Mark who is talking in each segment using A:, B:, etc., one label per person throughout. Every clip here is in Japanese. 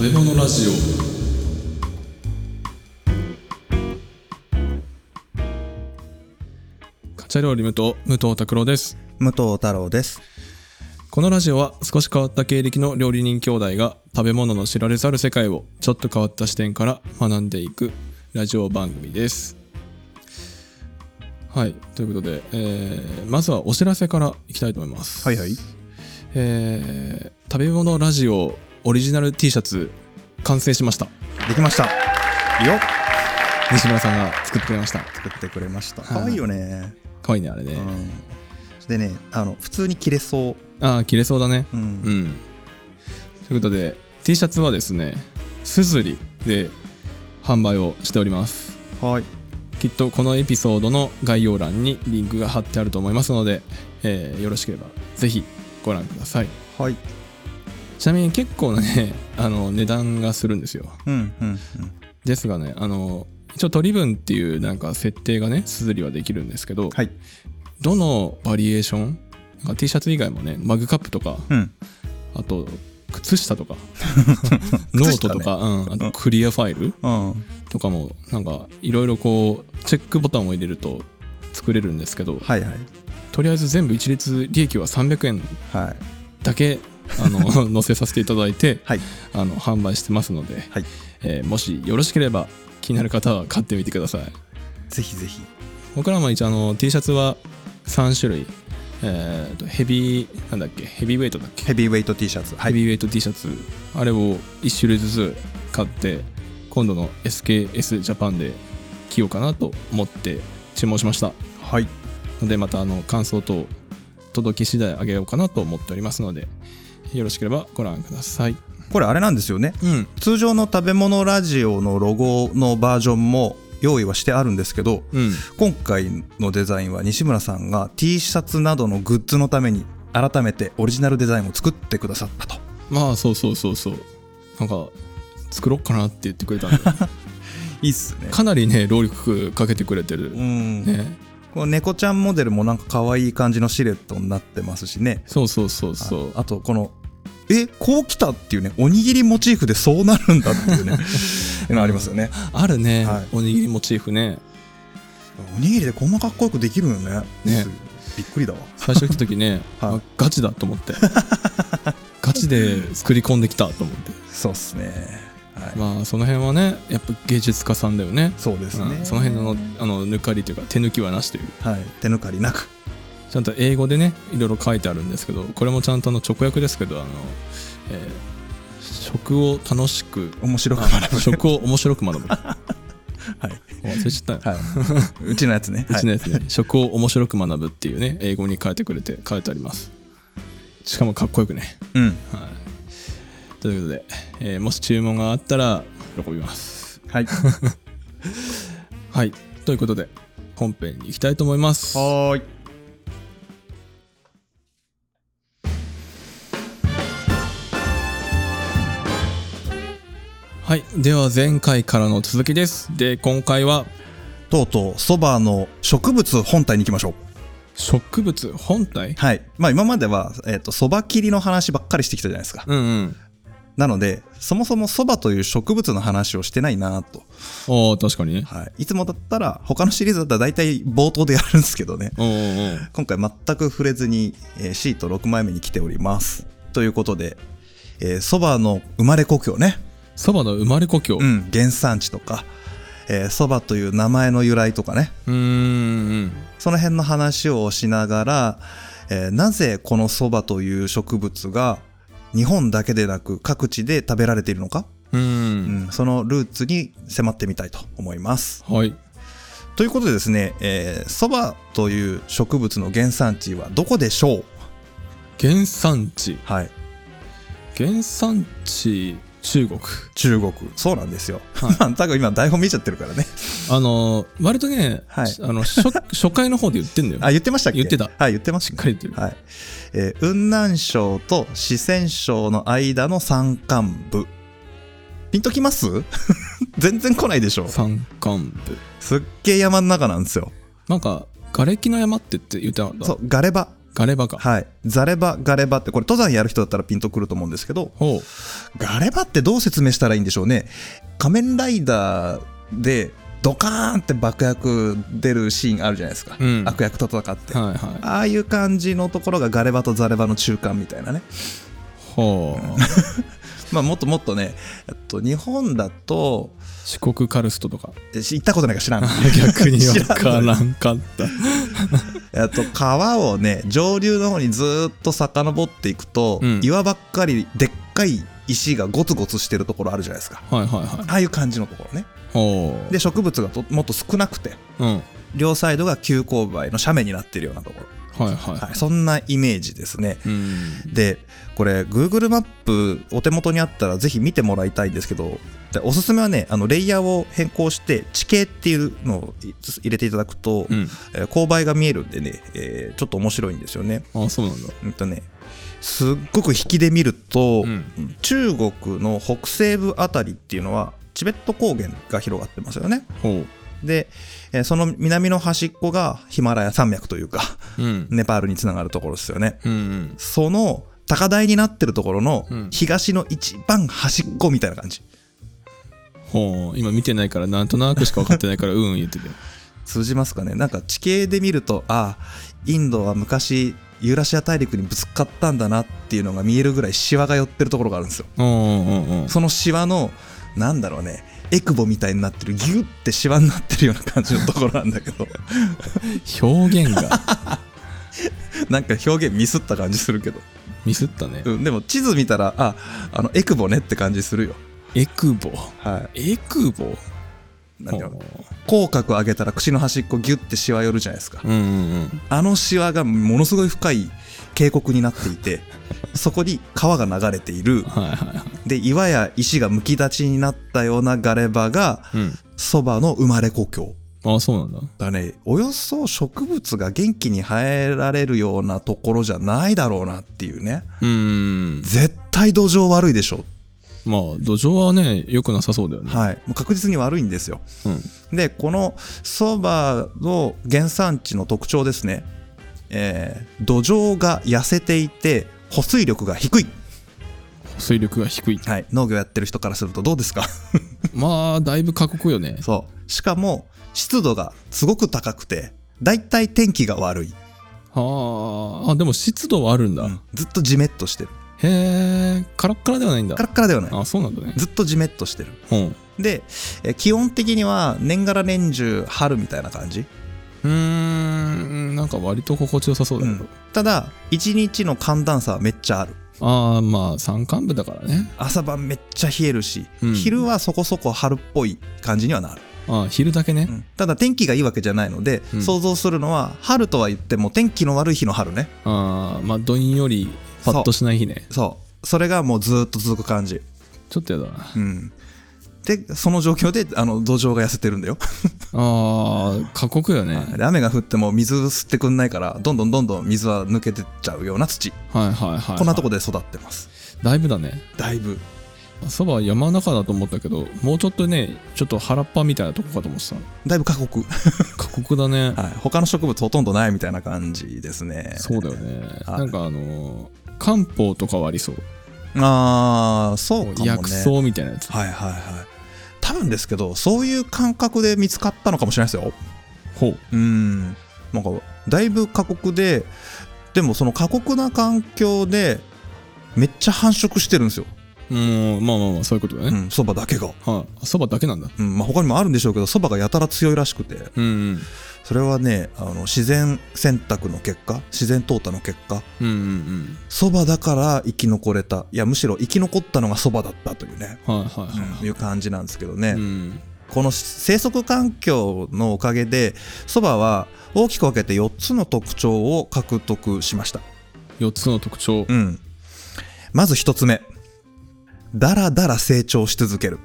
A: べ物ラジオカチャ料理無糖武藤拓郎です
B: 武藤太郎です。
A: このラジオは少し変わった経歴の料理人兄弟が食べ物の知られざる世界をちょっと変わった視点から学んでいくラジオ番組ですはいということで、えーまずはお知らせからいきたいと思います
B: はいはい。
A: えー食べ物ラジオオリジナル T シャツ完成しました
B: できました。よっ
A: 西村さんが作ってくれました
B: 作ってくれました。
A: はい
B: 可愛いよね。
A: 可愛いねあれね、
B: うん。でね、あの、普通に着れそ
A: ああ切れそうだね
B: う。う。
A: うんんということで T シャツはですねすずりで販売をしております
B: はい。
A: きっとこのエピソードの概要欄にリンクが貼ってあると思いますので、えーよろしければぜひご覧ください
B: はい。
A: ちなみに結構なね あの値段がするんですよ
B: うんうんうん。
A: ですがねあの一応取り分っていうなんか設定がねすずりはできるんですけど、
B: はい。
A: どのバリエーションなんか T シャツ以外もねマグカップとか
B: うん。
A: あと靴下と かノートとか、うん、あとクリアファイル
B: うん。
A: とかもなんかいろいろこうチェックボタンを入れると作れるんですけど
B: はいはい。
A: とりあえず全部一律利益は300円
B: はい。
A: だけあ の載せさせていただいて
B: はい。
A: あの販売してますので、
B: はい
A: えーもしよろしければ気になる方は買ってみてください
B: ぜひぜひ。
A: 僕らも一応あの T シャツは3種類、えーとヘビーなんだっけヘビーウェイトだっけ
B: ヘビーウェイト T シャツ。は
A: ヘ
B: い。
A: ビーウェイト T シャツあれを1種類ずつ買って今度の SKS ジャパンで着ようかなと思って注文しました
B: はい。
A: のでまたあの感想等届き次第あげようかなと思っておりますのでよろしければご覧ください
B: これあれなんですよね。
A: うん
B: 通常の食べ物ラジオのロゴのバージョンも用意はしてあるんですけど、
A: うん
B: 今回のデザインは西村さんが T シャツなどのグッズのために改めてオリジナルデザインを作ってくださったと
A: まあそうそうそうそうなんか作ろうかなって言ってくれたんで
B: いいっすね
A: かなりね労力かけてくれてる
B: うん、
A: ね
B: この猫ちゃんモデルもなんか可愛い感じのシルエットになってますしね
A: そうそうそうそう
B: ああとこのえこう来たっていうねおにぎりモチーフでそうなるんだってい うねいうのありますよね
A: あるね、
B: はい
A: おにぎりモチーフね
B: おにぎりでこんなかっこよくできるよね
A: ね
B: すびっくりだわ
A: 最初来た時ね、
B: はい
A: あガチだと 思ってガチで作り込んできたと思って
B: そうっすね、はい
A: まあその辺はねやっぱ芸術家さんだよね
B: そうですね、
A: うんその辺のあの抜かりというか手抜きはなしという
B: はい、手抜かりなく
A: ちゃんと英語でねいろいろ書いてあるんですけどこれもちゃんとあの直訳ですけどあの、えー食を楽しく
B: 面白く 学ぶ
A: 食を面白く 学ぶ
B: はい
A: 忘れちゃったよ
B: はい、うちのやつ ね。
A: うちのやつね、食を面白く学ぶっていうね、英語に変えてくれて、書いてあります。しかもかっこよくね。
B: はい、うん。
A: はい。ということで、えーもし注文があったら、喜びます。
B: はい。
A: はい。ということで、本編に行きたいと思います。
B: はーい。
A: はい。では、前回からの続きです。で、今回は、
B: とうとう、そばの植物本体に行きましょう。
A: 植物本体
B: はい。まあ今までは、えっ、と、そば切りの話ばっかりしてきたじゃないですか。
A: うんうん。
B: なので、そもそもそばという植物の話をしてないなと。
A: おー、確かにね。
B: はい。いつもだったら、他のシリーズだったら大体冒頭でやるんですけどね。
A: おーおー
B: 今回全く触れずに、えーシート6枚目に来ております。ということで、えー、そばの生まれ故郷ね。
A: そばの生まれ故郷。
B: う、
A: うん
B: 原産地とか、えー、そばという名前の由来とかね、
A: ーん。
B: その辺の話をしながら、えーなぜこのそばという植物が日本だけでなく各地で食べられているのか、
A: う。
B: うんん、そのルーツに迫ってみたいと思います。
A: はい。
B: ということでですね、えー、そばという植物の原産地はどこでしょう
A: 原産地。
B: はい、
A: 原産地、中国。
B: 中国。そうなんですよ。
A: はい
B: まあ 多分今台本見ちゃってるからね。
A: あのー割とね、
B: はい
A: あの初 初回の方で言ってんだよ。
B: あ、言ってましたっけ
A: 言ってた
B: はい、言ってまし
A: したっ
B: ね
A: かり言ってる。
B: はい。えー、雲南省と四川省の間の山間部。ピンときます 全然来ないでしょ。
A: 山間部。
B: すっげえ山の中なんですよ。
A: なんか、瓦礫の山ってって言ってなかった
B: そう、ガレバ。
A: ガレバか。
B: はい。ザレバ、ガレバって、これ登山やる人だったらピンとくると思うんですけど、
A: ほう。
B: ガレバってどう説明したらいいんでしょうね。仮面ライダーでドカーンって爆薬出るシーンあるじゃないですか。
A: うん
B: 悪役と戦って。
A: はいは
B: ああいう感じのところがガレバとザレバの中間みたいなね。
A: い。ほう。
B: まあもっともっとね、えっと、日本だと、
A: 四国カルストとか。
B: えし行ったことないから知らん。
A: 逆に
B: 知
A: わ
B: ら
A: か
B: んのよ
A: らんかった。
B: えっと、川をね、上流の方にずーっと遡っていくと、
A: うん
B: 岩ばっかりでっかい石がゴツゴツしてるところあるじゃないですか。
A: はいはいはい。
B: ああいう感じのところね。
A: ほう。
B: で、植物がともっと少なくて、
A: うん。はい
B: 両サイドが急勾配の斜面になってるようなところ。
A: は
B: はい、そんなイメージですね。
A: い。うん。
B: で、これ、Google マップ、お手元にあったらぜひ見てもらいたいんですけど、でおすすめはね、あのレイヤーを変更して、地形っていうのをい入れていただくと、
A: うん。
B: えー勾配が見えるんでね、えーちょっと面白いんですよね。
A: あ、そうなんだ。
B: うんとね、すっごく引きで見ると、
A: うん
B: 中国の北西部あたりっていうのは、チベット高原が広がってますよね。
A: ほ
B: で、えーその南の端っこがヒマラヤ山脈というか、
A: う。うん。
B: ネパールにつながるところですよね。
A: うんうん。
B: その高台になってるところの
A: うん
B: 東の一番端っこみたいな感じ。
A: ほう。今見てないから、なんとなくしか分かって ないから、うん言ってて。
B: 通じますかねなんか地形で見ると、ああ、インドは昔ユーラシア大陸にぶつかったんだなっていうのが見えるぐらいシワが寄ってるところがあるんですよ。
A: うんうんうん。
B: そのシワの、なんだろうね、エクボみたいになってる、ギュってシワになってるような感じのところなんだけど、
A: 表現が
B: なんか表現ミスった感じするけど。
A: ミスったね。
B: うん、でも地図見たら、あ、あの、エクボねって感じするよ。
A: エクボ。
B: は
A: エクボ
B: い。なんていうの
A: ほ
B: 口角上げたら口の端っこギュッてシワ寄るじゃないですか
A: ううんうんうん。
B: あのシワがものすごい深い渓谷になっていてそこに川が流れている
A: はいはいは
B: で岩や石がむき立ちになったようなガレ場が
A: い。うん。
B: そばの生まれ故郷
A: あ、そうなんだ。
B: だねおよそ植物が元気に生えられるようなところじゃないだろうなっていうね
A: うん。
B: 絶対土壌悪いでしょ
A: まあ、土壌はね、良くなさそうだよね。
B: はいもう確実に悪いんですよ
A: うん。
B: でこのそばの原産地の特徴ですね、えー土壌が痩せていて保水力が低い、
A: 保水力が低い。
B: はい、農業やってる人からするとどうですか
A: まあ、だいぶ過酷よね。
B: そうしかも湿度がすごく高くてだいたい天気が悪い、
A: はあ。あ、でも湿度はあるんだ。
B: うんずっとジメッとしてる
A: へえ、カラッカラではないんだ
B: カ。ラッカラではない
A: あ、そうなんだね。
B: ずっとジメッとしてる
A: うん。
B: で、えー気温的には年がら年中春みたいな感じ、
A: うーん、なんか割と心地よさそうだ
B: う
A: けど。
B: んただ一日の寒暖差はめっちゃある
A: ああ、まあ、山間部だからね。
B: 朝晩めっちゃ冷えるし、
A: うん
B: 昼はそこそこ春っぽい感じにはなる、
A: ああ、昼だけね
B: う。んただ天気がいいわけじゃないので、
A: うん
B: 想像するのは春とは言っても天気の悪い日の春ね
A: ああ、まあ、どんより、パッとしない日ね。
B: そうそれがもうずーっと続く感じ
A: ちょっとやだな。
B: うんでその状況であの土壌が痩せてるんだよ
A: ああ、過酷よね。はい
B: で雨が降っても水吸ってくんないからどんどんどんどん水は抜けてっちゃうような土
A: はいはい、はい。
B: こんなとこで育ってます
A: だいぶだね。
B: だいぶ
A: そばは山の中だと思ったけど、もうちょっとね、ちょっと原っぱみたいなとこかと思って
B: だいぶ過酷、
A: た。過酷だね。
B: はい、他の植物ほとんどないみたいな感じですね
A: そうだよね。
B: はい
A: なんかあのー漢方とかはありそう。
B: ああそうかもね
A: 薬草みたいなやつ。
B: はいはいはい多分ですけどそういう感覚で見つかったのかもしれないですよ
A: ほう。
B: うんなんかだいぶ過酷ででもその過酷な環境でめっちゃ繁殖してるんですよ
A: もう、まあまあまあ、そういうことだね。
B: そば、蕎麦だけが、
A: はい、あ。そばだけなんだ。
B: うんまあ、他にもあるんでしょうけどそばがやたら強いらしくて
A: うん、うん。
B: それはねあの自然選択の結果自然淘汰の結果
A: うんうん
B: そばだから生き残れたいやむしろ生き残ったのがそばだったというね、
A: うん。はいはいは
B: いう感じなんですけどね、
A: い。うん。
B: この生息環境のおかげでそばは大きく分けて4つの特徴を獲得しました、
A: 4つの特徴。
B: うん、まず1つ目だらだら成長し続ける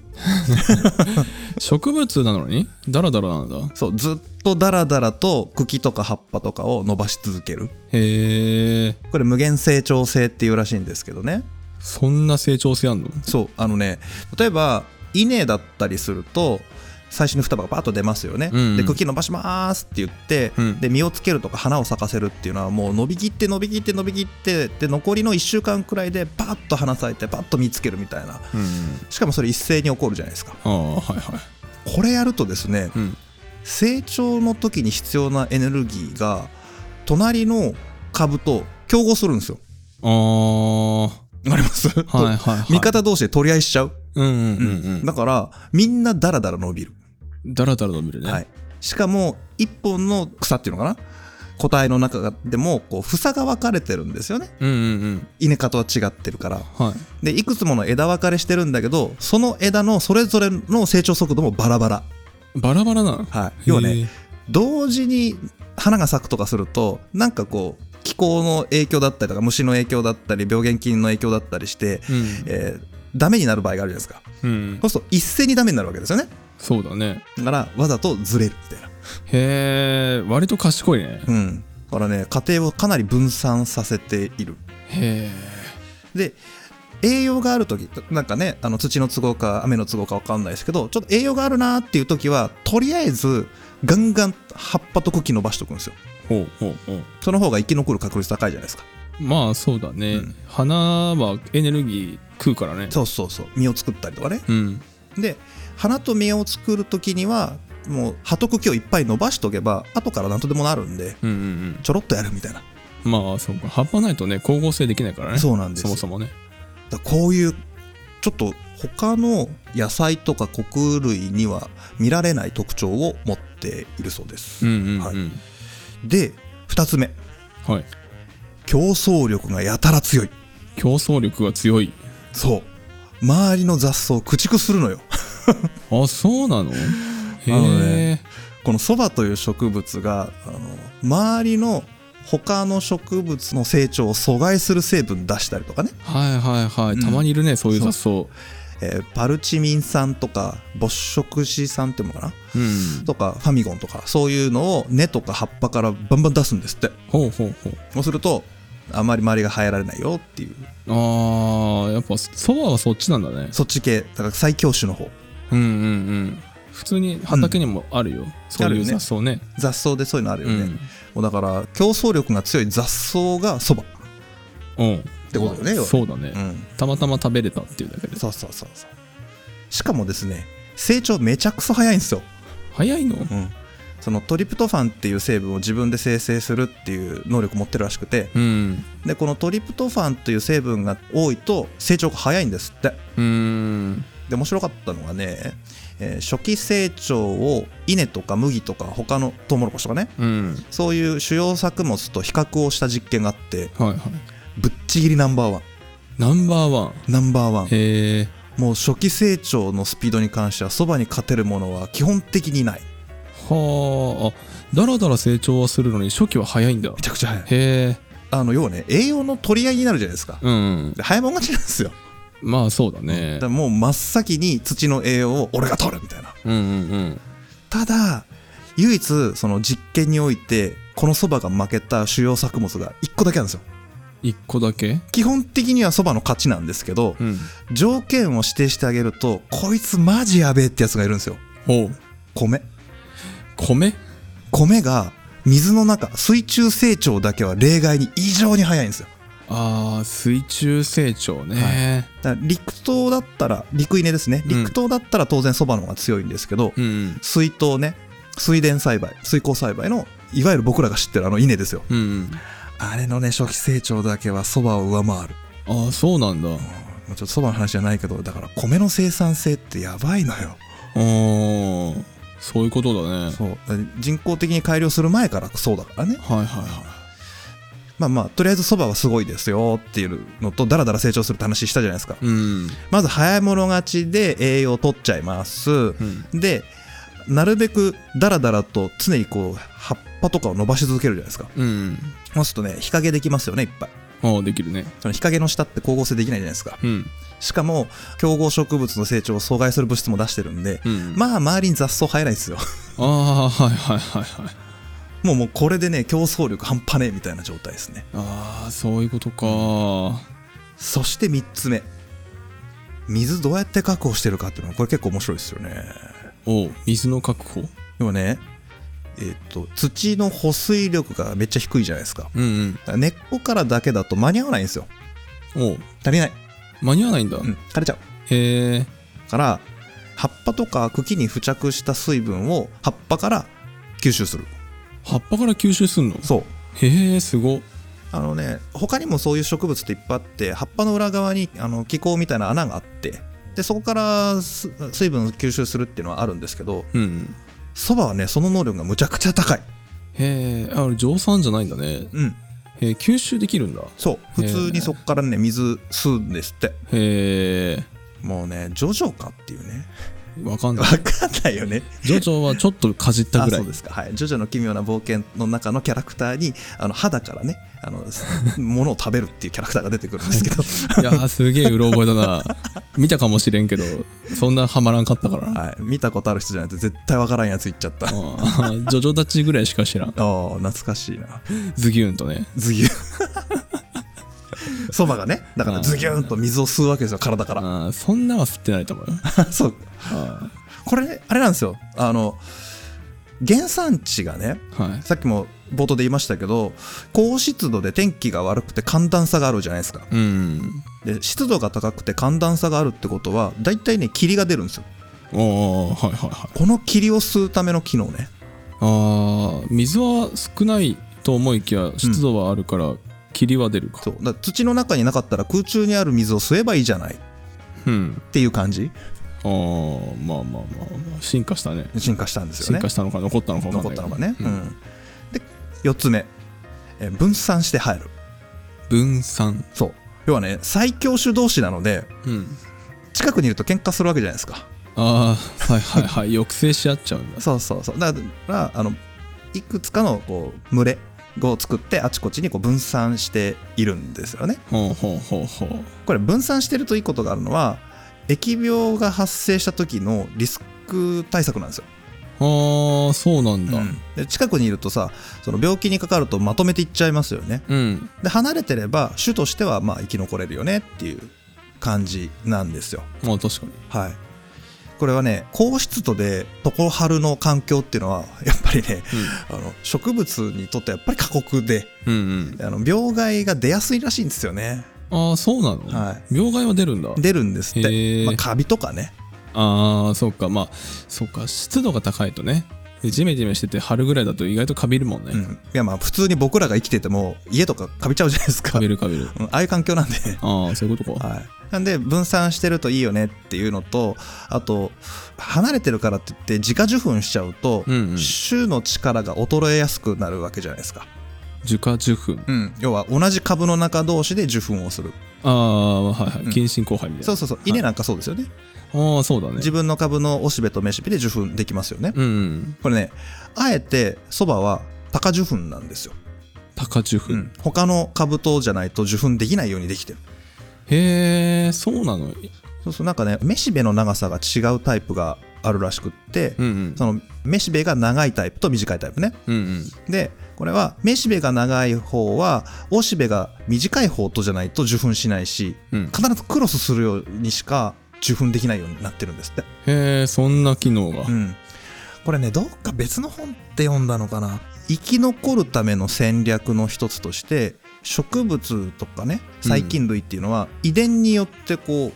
A: 植物なのにダラダラなんだ。
B: そうずっとだらだらと茎とか葉っぱとかを伸ばし続ける
A: へえ。
B: これ無限成長性っていうらしいんですけどね
A: そんな成長性あんの
B: そうあのね例えば稲だったりすると最初に双葉がバーッと出ますよね、
A: うんうん
B: で茎伸ばしますって言って、
A: うん
B: で実をつけるとか花を咲かせるっていうのはもう伸びきって伸びきって伸びきってで残りの1週間くらいでパッと花咲いてパッと実つけるみたいな
A: うん
B: しかもそれ一斉に起こるじゃないですか
A: ああはいはい
B: これやるとですね、
A: うん
B: 成長の時に必要なエネルギーが隣の株と競合するんですよ。
A: ああは
B: わかります、
A: いはいはい
B: 味方同士で取り合いしちゃう、
A: うんうんうん
B: だからみんなダラダラ伸びる、
A: うんだらだら伸びるね、
B: はい、しかも一本の草っていうのかな個体の中でもこう房が分かれてるんですよね
A: うんうんうん
B: イネ科とは違ってるから
A: はい
B: でいくつもの枝分かれしてるんだけどその枝のそれぞれの成長速度もバラバラ、
A: バラバラなの
B: はい、要はね
A: へえ
B: 同時に花が咲くとかするとなんかこう気候の影響だったりとか虫の影響だったり病原菌の影響だったりして、
A: うん
B: えーダメになる場合があるじゃないですか
A: うん
B: そうすると一斉にダメになるわけですよね
A: そうだね
B: だからわざとずれるみたいな
A: へえ割と賢いね
B: うんだからね家庭をかなり分散させている
A: へえ
B: で栄養がある時なんかねあの土の都合か雨の都合か分かんないですけどちょっと栄養があるなーっていう時はとりあえずガンガン葉っぱと茎伸ばしておくんですよ
A: ほうほうほう
B: その方が生き残る確率高いじゃないですか
A: まあそうだね、
B: うん
A: 花はエネルギー食うからね
B: そうそうそう実を作ったりとかね
A: うん
B: で花と実を作る時にはもう葉と茎をいっぱい伸ばしとけば後から何とでもなるんで
A: うんうん
B: ちょろっとやるみたいな
A: うんまあそうか葉っぱないとね光合成できないからね
B: そうなんです
A: そもそもね
B: だからこういうちょっと他の野菜とか穀類には見られない特徴を持っているそうです、
A: うんうんうん
B: は
A: はいい、
B: で2つ目競争力がやたら強い
A: 競争力が強い
B: そう周りの雑草を駆逐するのよ
A: あそうなのへ
B: の
A: え、
B: ねこのそばという植物があの周りの他の植物の成長を阻害する成分出したりとかね、
A: はいはいはい、
B: うん
A: たまにいるねそういう雑草う
B: えーパルチミン酸とかボッショクシ酸っていうのかなんとかファミゴンとかそういうのを根とか葉っぱからバンバン出すんですって
A: ほうほうほう
B: そうするとあまり周りが生えられないよっていう
A: あーやっぱそばはそっちなんだね
B: そっち系だから最強種の方
A: うんうんうん普通に畑にもあるよ、そういう雑草ね
B: 雑草でそういうのあるよね、
A: うん
B: もうだから競争力が強い雑草がそば
A: うんって
B: ことだよね要は
A: そうだね、
B: うん
A: たまたま食べれたっていうだけで
B: そうそうそうそうしかもですね成長めちゃくそ早いんですよ、
A: 早いの
B: うん、そのトリプトファンっていう成分を自分で生成するっていう能力持ってるらしくて
A: うん
B: でこのトリプトファンという成分が多いと成長が早いんですって
A: うーん
B: で面白かったのがね、えー初期成長を稲とか麦とか他のトウモロコシとかね
A: うん
B: そういう主要作物と比較をした実験があって
A: はいはい
B: ぶっちぎりナンバーワン
A: ナンバーワン
B: ナンバーワン
A: へえ
B: もう初期成長のスピードに関してはそばに勝てるものは基本的にない
A: はあだらだら成長はするのに初期は早いんだ
B: めちゃくちゃ早い
A: へえ
B: あの要はね栄養の取り合いになるじゃないですか
A: うん
B: で早いもん勝ちなんですよ
A: まあそうだ
B: だ
A: ね
B: からもう真っ先に土の栄養を俺が取るみたいな
A: うんうん
B: ただ唯一その実験においてこのそばが負けた主要作物が1個だけなんですよ
A: うん1個だけ
B: 基本的にはそばの勝ちなんですけど、
A: うん
B: 条件を指定してあげるとこいつマジやべえってやつがいるんですよ
A: ほう
B: 米
A: 米
B: 米が水の中水中成長だけは例外に異常に早いんですよ
A: あー水中成長ね、
B: だから陸島だったら陸稲ですね
A: うん
B: 陸島だったら当然そばの方が強いんですけど、
A: うん
B: 水稲ね水田栽培水耕栽培のいわゆる僕らが知ってるあの稲ですよ
A: うんうん
B: あれのね初期成長だけはそばを上回る
A: あーそうなんだ
B: もうちょっとそばの話じゃないけどだから米の生産性ってやばいのよ
A: おーそういうことだね
B: そうだから人工的に改良する前からそうだからね
A: はいはいは
B: まあまあ、とりあえずそばはすごいですよっていうのと、だらだら成長するって話したじゃないですか。
A: いうん
B: まず早い者勝ちで栄養を取っちゃいます。
A: うん
B: で、なるべくだらだらと常にこう、葉っぱとかを伸ばし続けるじゃないですか。
A: うん
B: そうするとね、日陰できますよね、いっぱい。
A: ああできるね
B: その日陰の下って光合成できないじゃないですか。
A: うん
B: しかも、競合植物の成長を阻害する物質も出してるんで、
A: うん
B: まあ周りに雑草生えないですよ。
A: ああはいはいはいはい
B: もうもうこれでね、競争力半端ねえみたいな状態ですね。
A: ああそういうことか
B: そして3つ目水どうやって確保してるかっていうのはこれ結構面白いですよね
A: おう水の確保
B: でもね、えっと土の保水力がめっちゃ低いじゃないですか
A: うん
B: だから根っこからだけだと間に合わないんですよ
A: うんおう
B: 足りない、
A: 間に合わないんだ、
B: うん、枯れちゃう
A: へえ
B: だから葉っぱとか茎に付着した水分を葉っぱから吸収する
A: 葉っぱから吸収すんの
B: そう
A: へえすご
B: あのね他にもそういう植物っていっぱいあって葉っぱの裏側にあの気孔みたいな穴があってでそこからす水分を吸収するっていうのはあるんですけど
A: うんうん
B: そばはねその能力がむちゃくちゃ高い
A: へえあれ蒸散じゃないんだね
B: うん
A: へー吸収できるんだ
B: そう普通にそこからね水吸うんですって
A: へえ
B: もうねジョジョかっていうね
A: わかん
B: わ
A: ない
B: かんないよね
A: ジョジョはちょっとかじった
B: あ
A: ぐら
B: そ
A: いう
B: ですかはいジョジョの奇妙な冒険の中のキャラクターにあの肌からねあの 物を食べるっていうキャラクターが出てくるんですけ ど
A: いやーすげえうろ覚えだな見たかもしれんけどそんなハマらんかったからな
B: はい、見たことある人じゃないと絶対わからんやつ言っちゃった。あ
A: あージョジョたちぐらいしか知らん
B: あ、懐かしいな。
A: ズギューンとね
B: ズギュン。 そばがね、だか
A: あ
B: ら
A: ー
B: ズギュンと水を吸うわけですよ、体か
A: あーそんなは吸ってないと思うよ
B: ら。 そう。
A: あ
B: これ、ね、あれなんですよ。あの、原産地がね、
A: ーはい
B: さっきも冒頭で言いましたけど、高湿度で天気が悪くて寒暖差があるじゃないですか。
A: うん
B: で、湿度が高くて寒暖差があるってことは、大体ね、霧が出るんですよ。
A: おおはいはいはい
B: この霧を吸うための機能ね。
A: あー水は少ないと思いきや湿度はあるから霧は出るか
B: そう。だから土の中になかったら空中にある水を吸えばいいじゃない。
A: うん
B: っていう感じ
A: あーまあまあまあまあ進化したね
B: 進化したんですよ
A: 進
B: ね
A: 化したのか残ったのか分かんない
B: 残っ
A: け
B: た
A: ど
B: のがね、うんで4つ目えー分散して入る
A: 分散
B: そう要はね最強種同士なので
A: うん
B: 近くにいると喧嘩するわけじゃないですか
A: ああはいはいはい抑制し合っちゃうんだ
B: そうそうそうだからあのいくつかのこう群れを作ってあちこちにこう分散しているんですよね
A: ほうほうほうほう
B: これ分散してるといいことがあるのは疫病が発生した時のリスク対策なんですよ、
A: ああそうなんだ
B: うんで近くにいるとさその病気にかかるとまとめていっちゃいますよね
A: うん
B: で離れてれば種としてはまあ生き残れるよねっていう感じなんですよ
A: まあ確かに
B: はいこれはね高湿度で常春の環境っていうのはやっぱりねあの植物にとってはやっぱり過酷で
A: うんうん
B: あの病害が出やすいらしいんですよね
A: うんああそうなの、
B: は
A: 病害は出るんだ
B: 出るんですっ
A: へ
B: て、
A: ー
B: まあ、カビとかね
A: ああそうかまあそうか湿度が高いとねでジメジメしてて春ぐらいだと意外とかびるもんね、
B: うんいやまあ普通に僕らが生きてても家とかカビちゃうじゃないですか
A: かびるかびる
B: うんああいう環境なん で
A: ああそういうことか、
B: はい、なんで分散してるといいよねっていうのとあと離れてるからって言って自家受粉しちゃうと、
A: うんうん
B: 種の力が衰えやすくなるわけじゃないですか、
A: 樹下受粉
B: うん、要は同じ株の中同士で受粉をする
A: ああはいはい、
B: うん
A: 近親交配みたい
B: そ
A: な
B: うそうそう稲なんかそうですよね、
A: ああそうだね
B: 自分の株のおしべとめしべで受粉できますよね、
A: うんうん
B: これねあえてそばは高受粉なんですよ、
A: 高受粉、
B: うん、他の株とじゃないと受粉できないようにできてる
A: へえそうなの
B: そうそうなんかねめしべの長さが違うタイプがあるらしくって、
A: うんうん
B: そのめしべが長いタイプと短いタイプね。
A: うんうん
B: で、これはめしべが長い方は、おしべが短い方とじゃないと受粉しないし、
A: うん
B: 必ずクロスするようにしか受粉できないようになってるんですって。
A: へえそんな機能が、
B: うん。これね、どっか別の本って読んだのかな。生き残るための戦略の一つとして、植物とかね、細菌類っていうのは、遺伝によってこう、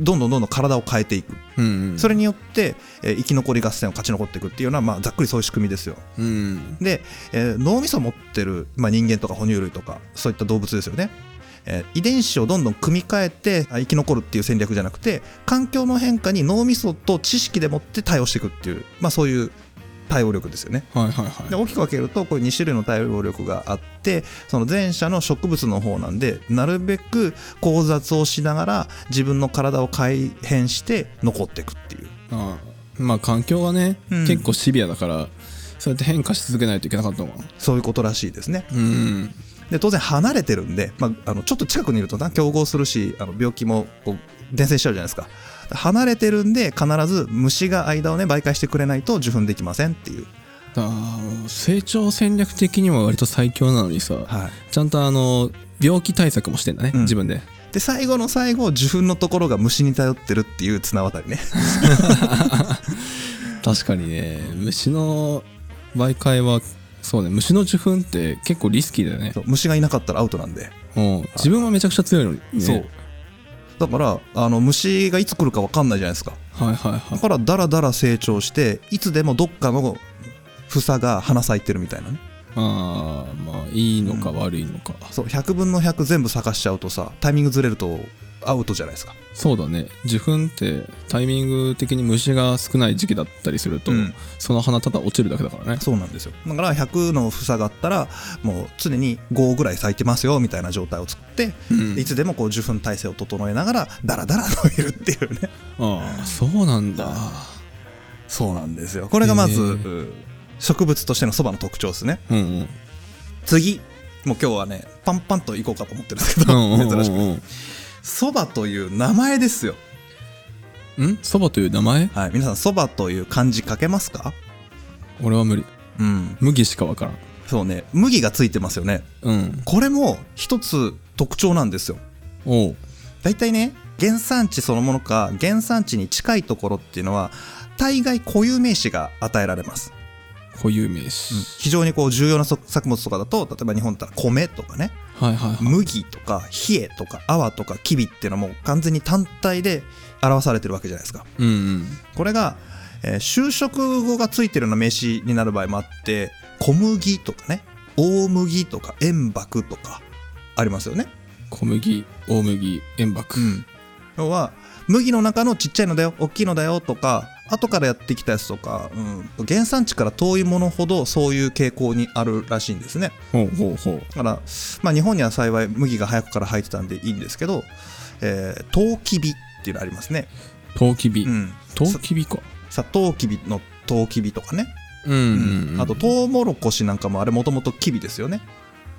B: どんどんどんどん体を変えていく。
A: うんうん
B: それによって、えー生き残り合戦を勝ち残っていくっていうのは、まあ、ざっくりそういう仕組みですよ。
A: うん
B: で、えー脳みそ持ってる、まあ、人間とか哺乳類とかそういった動物ですよね、えー遺伝子をどんどん組み替えてあ生き残るっていう戦略じゃなくて環境の変化に脳みそと知識でもって対応していくっていう、まあ、そういう対応力ですよね
A: はいはいはい
B: で大きく分けるとこういう2種類の対応力があってその前者の植物の方なんでなるべく交雑をしながら自分の体を改変して残っていくっていう
A: ああまあ環境がね、
B: うん
A: 結構シビアだからそうやって変化し続けないといけなかったのかな
B: そういうことらしいですね
A: うん
B: で当然離れてるんで、まあ、あのちょっと近くにいるとな競合するしあの病気もこう伝染しちゃうじゃないですか離れてるんで必ず虫が間をね媒介してくれないと受粉できませんっていう、
A: あー成長戦略的には割と最強なのにさ、
B: はい、
A: ちゃんとあの病気対策もしてんだね、
B: うん
A: 自分で
B: で最後の最後受粉のところが虫に頼ってるっていう綱渡りね
A: 確かにね虫の媒介はそうね虫の受粉って結構リスキーだよね
B: そう虫がいなかったらアウトなんで、
A: うん自分はめちゃくちゃ強いのに、ね、
B: そうだからあの虫がいつ来るか分かんないじゃないですか
A: はいはいは
B: だ
A: い
B: からだらだら成長していつでもどっかの房が花咲いてるみたいなね
A: ああまあいいのか悪いのか、
B: そう100分の100全部咲かしちゃうとさタイミングずれるとアウトじゃないですか
A: そうだね受粉ってタイミング的に虫が少ない時期だったりすると、
B: うん
A: その花ただ落ちるだけだからね
B: そうなんですよだから100の房があったらもう常に5ぐらい咲いてますよみたいな状態を作って、
A: うん
B: いつでもこう受粉体制を整えながらダラダラ伸びるっていうね
A: ああそうなんだ
B: そうなんですよこれがまず
A: へえ
B: うん植物としてのそばの特徴ですね
A: うんうん
B: 次もう今日はねパンパンといこうかと思ってるんですけ
A: う
B: ど
A: んうん
B: 珍しく
A: うんうん
B: そばという名前ですよ
A: んそばという名前
B: はい皆さんそばという漢字書けますか
A: 俺は無理
B: うん
A: 麦しかわからん
B: そうね麦がついてますよね
A: うん
B: これも一つ特徴なんですよ
A: おう
B: 大体ね原産地そのものか原産地に近いところっていうのは大概固有名詞が与えられます、
A: 固有名詞、
B: 非常にこう重要なそ作物とかだと例えば日本だったら米とかね
A: はいはいはい
B: 麦とか冷えとか泡とかきびっていうのはもう完全に単体で表されてるわけじゃないですか
A: うんうん
B: これが、えー就職語がついてるような名詞になる場合もあって小麦とかね大麦とか塩爆とかありますよね
A: 小麦大麦塩爆、
B: うん、要は麦の中のちっちゃいのだよ大きいのだよとか後からやってきたやつとか、うん、原産地から遠いものほどそういう傾向にあるらしいんですね
A: ほうほうほう
B: だから、まあ、日本には幸い麦が早くから生えてたんでいいんですけどえートウキビっていうのありますね、
A: トウキビ、
B: うん、
A: トウキビか
B: さトウキビのトウキビとかね、
A: うんうん、うん、
B: あとトウモロコシなんかもあれもともとキビですよね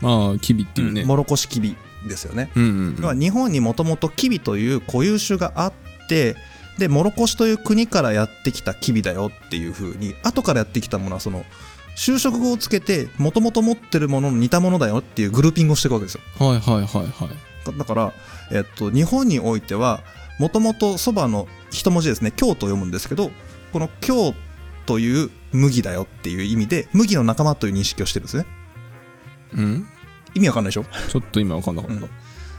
A: まあキビっていうね
B: うんモロコシキビですよね
A: うんうんうん
B: 要は日本にもともとキビという固有種があってでモロコシという国からやってきたキビだよっていう風に後からやってきたものはその就職語をつけてもともと持ってるものの似たものだよっていうグルーピングをしていくわけですよ
A: はいはいはいはい
B: だだから、えっと、日本においてはもともとそばの一文字ですね京と読むんですけどこの京という麦だよっていう意味で麦の仲間という認識をしてるんですね
A: うん
B: 意味わかんないでしょ
A: ちょっと今わかんなかっ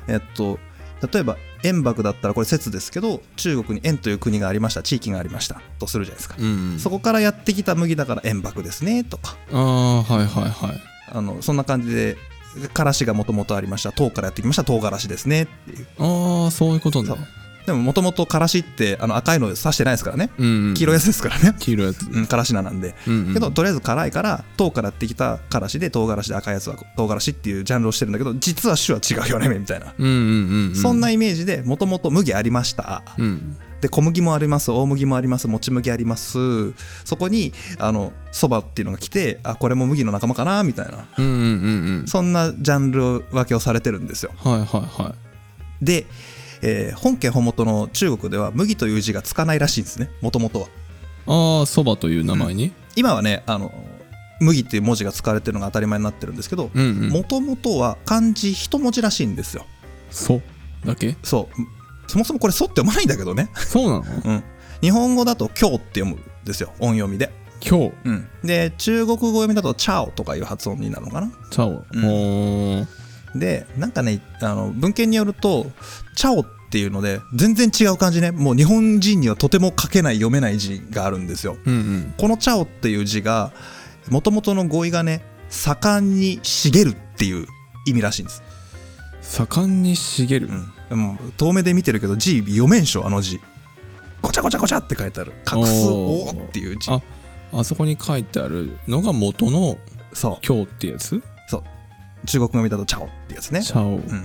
A: た、
B: えっと、例えば円幕だったらこれ説ですけど中国に円という国がありました地域がありましたとするじゃないですか、
A: うんうん
B: そこからやってきた麦だから円幕ですねとか
A: ああはいはいはい
B: あのそんな感じでからしがもともとありました唐からやってきました唐辛子ですねっていう
A: ああそういうことね
B: そうでももともとからしってあの赤いの刺してないですからね
A: うんうん、
B: 黄色いやつですからね、
A: 黄色いやつ、
B: うん、からし菜なんで
A: うんうん
B: けどとりあえず辛いから唐からやってきたからしで唐辛子で赤いやつは唐辛子っていうジャンルをしてるんだけど実は種は違うよねみたいな、
A: うんうんうん、うん、
B: そんなイメージでもともと麦ありました、
A: うん
B: で小麦もあります大麦もありますもち麦ありますそこにあのそばっていうのが来てあこれも麦の仲間かなみたいな
A: うんうんうんうん
B: そんなジャンル分けをされてるんですよ
A: はいはいは
B: で、えー本家本元の中国では麦という字がつかないらしいんですねもともとはい
A: ああそばという名前に、
B: 今はねあの麦っていう文字が使われてるのが当たり前になってるんですけど
A: うん、うん
B: もともとは漢字一文字らしいんですよ
A: そだけ
B: そうそもそもこれ「そ」って読まないんだけどね、
A: そうな の
B: うん、日本語だと「今日」って読むんですよ音読みで
A: 今日
B: うん、で中国語読みだと「チャオ」とかいう発音になるのかな
A: チャオ、
B: うん
A: おー
B: でなんかねあの文献によると「チャオ」っていうので全然違う漢字ねもう日本人にはとても書けない読めない字があるんですよ
A: うんうん
B: この「チャオ」っていう字がもともとの語彙がね盛んに茂るっていう意味らしいんです、
A: 盛んに茂る、
B: うん、でも遠目で見てるけど字読めんしょあの字ごちゃごちゃごちゃって書いてある「隠す
A: お
B: お
A: ー
B: ーっていう字
A: ああそこに書いてあるのが元の
B: そう
A: 今日ってやつ
B: そう中国語読みだと「チャオ」ってやつね
A: チャオ、
B: ん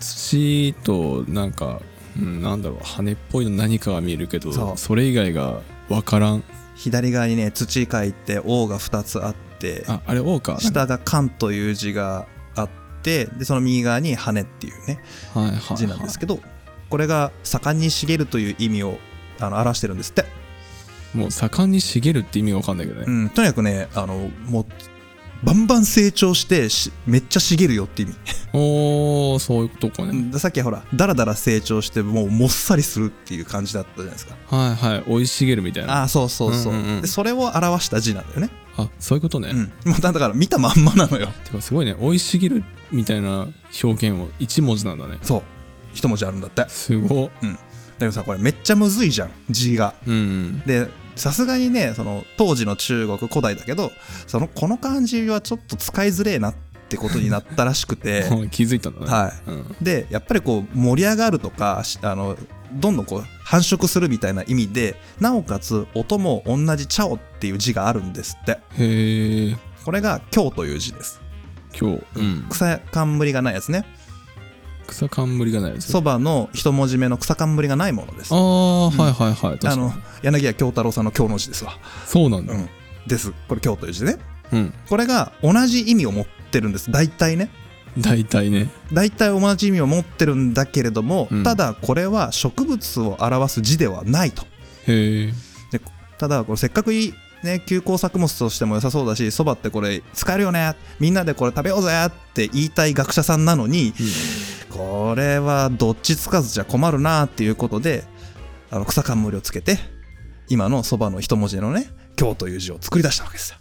A: 土となんか、うん、なんだろう羽っぽいの何かは見えるけど
B: そ
A: そうれ以外が分からん
B: 左側にね土書いて「王」が2つあって
A: ああれ王か
B: 下が「漢」という字があってでその右側に「羽」っていうね
A: はいはいはい
B: 字なんですけどこれが「盛んに茂る」という意味をあの表してるんですって、
A: もう盛んに茂るって意味が分かんないけどね、
B: うん、とにかくねあのもうバンバン成長してしめっちゃ茂るよって意味
A: おーそういうことかね、
B: でさっきほらだらだら成長してもうもっさりするっていう感じだったじゃないですか
A: はいはい生い茂るみたいなあ
B: ああそうそうそう,、
A: うんうんうん
B: でそれを表した字なんだよね、
A: そういうことね、
B: うん、もうだから見たまんまなのよ
A: てかすごいね生い茂るみたいな表現を一文字なんだね
B: そう一文字あるんだってだ
A: すごっ
B: けどさこれめっちゃむずいじゃん字が
A: うん
B: でさすがにねその当時の中国古代だけどそのこの漢字はちょっと使いづれえなってことになったらし くて
A: 気づいたんだね、
B: はい
A: うん、
B: でやっぱりこう盛り上がるとかしあのどんどんこう繁殖するみたいな意味でなおかつ音も同じ「チャオ」っていう字があるんですって
A: へえ
B: これが「京」という字です
A: 今日、うん、
B: 草冠がないやつね
A: 草冠がないです
B: そばの一文字目の草冠がないものです
A: あ
B: あ
A: あ、はいはいはい確かに
B: の柳家京太郎さんの「京」の字ですわ
A: そうなんだ
B: うんですこれ「京」という字でね
A: うん
B: これが同じ意味を持ってるんです大体ね
A: 大体ね
B: 大体同じ意味を持ってるんだけれども、
A: うん
B: ただこれは植物を表す字ではないと
A: へえ
B: でただこれせっかくいいね休耕作物としても良さそうだしそばってこれ使えるよねみんなでこれ食べようぜって言いたい学者さんなのに、これはどっちつかずじゃ困るなっていうことであの草冠をつけて今のそばの一文字のね「京」という字を作り出したわけですよ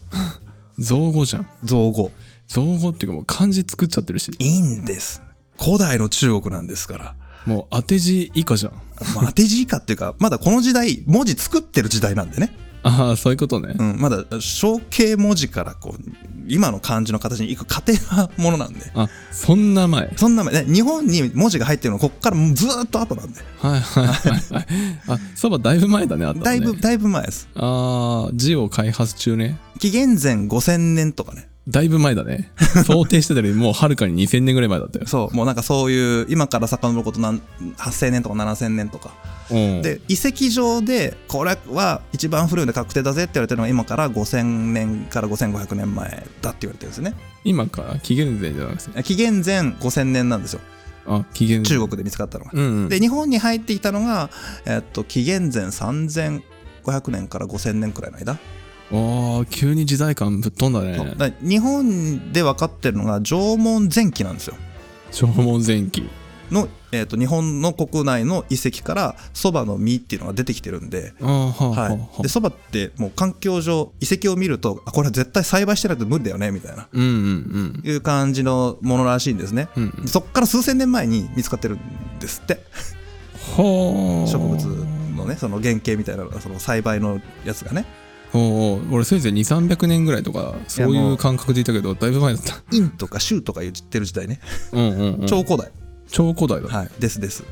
A: 造語じゃん
B: 造語
A: 造語っていうかもう漢字作っちゃってるし
B: いいんです古代の中国なんですから
A: もう当て字以下じゃん
B: まあ、当て字以下っていうか、 まだこの時代、文字作ってる時代なんでね。
A: ああそういうことね、
B: うん、まだ象形文字からこう、今の漢字の形に行く過程なものなんで。
A: あそんな前
B: そんな前ね、日本に文字が入ってるのこっからずーっと後なんで。
A: はいはいはいはいあそばだいぶ前だねあったのね
B: だいぶ、だいぶ前です。
A: ああ字を開発中ね
B: 紀元前5000年とかね。
A: だいぶ前だね想定してたよりもうはるかに2000年ぐらい前だったよ
B: そう、もうなんかそういう、今から遡ることなん8000年とか7000年とか。
A: うん
B: で、遺跡上で、これは一番古いので確定だぜって言われてるのが今から5000年から5500年前だって言われてるんですね。
A: 今から紀元前じゃなくて
B: 紀元前5000年なんですよ。
A: あ紀元前
B: 中国で見つかったのが。
A: うん、うん、
B: で日本に入ってきたのが、えっと紀元前3500年から5000年くらいの間、
A: ああ急に時代感ぶっ飛んだ
B: そう
A: ね
B: だから日本で分かってるのが縄文前期なんですよ
A: 縄文前期
B: の、えっと日本の国内の遺跡からそばの実っていうのが出てきてるんで
A: ああはあはあ、は
B: はい、でそばってもう環境上遺跡を見るとあこれは絶対栽培してないと無理だよねみたいな
A: うんうんうん
B: いう感じのものらしいんですね
A: うんうん
B: そっから数千年前に見つかってるんですって
A: はあ
B: 植物のねその原型みたいなのがその栽培のやつがね
A: おうおう俺せいぜい2300年ぐらいとかそう
B: いや
A: い
B: もう
A: う感覚でいたけどだいぶ前だった
B: 陰とか州とか言ってる時代ね、
A: うんうん、うん、
B: 超古代、
A: 超古代だ、
B: はい、ですです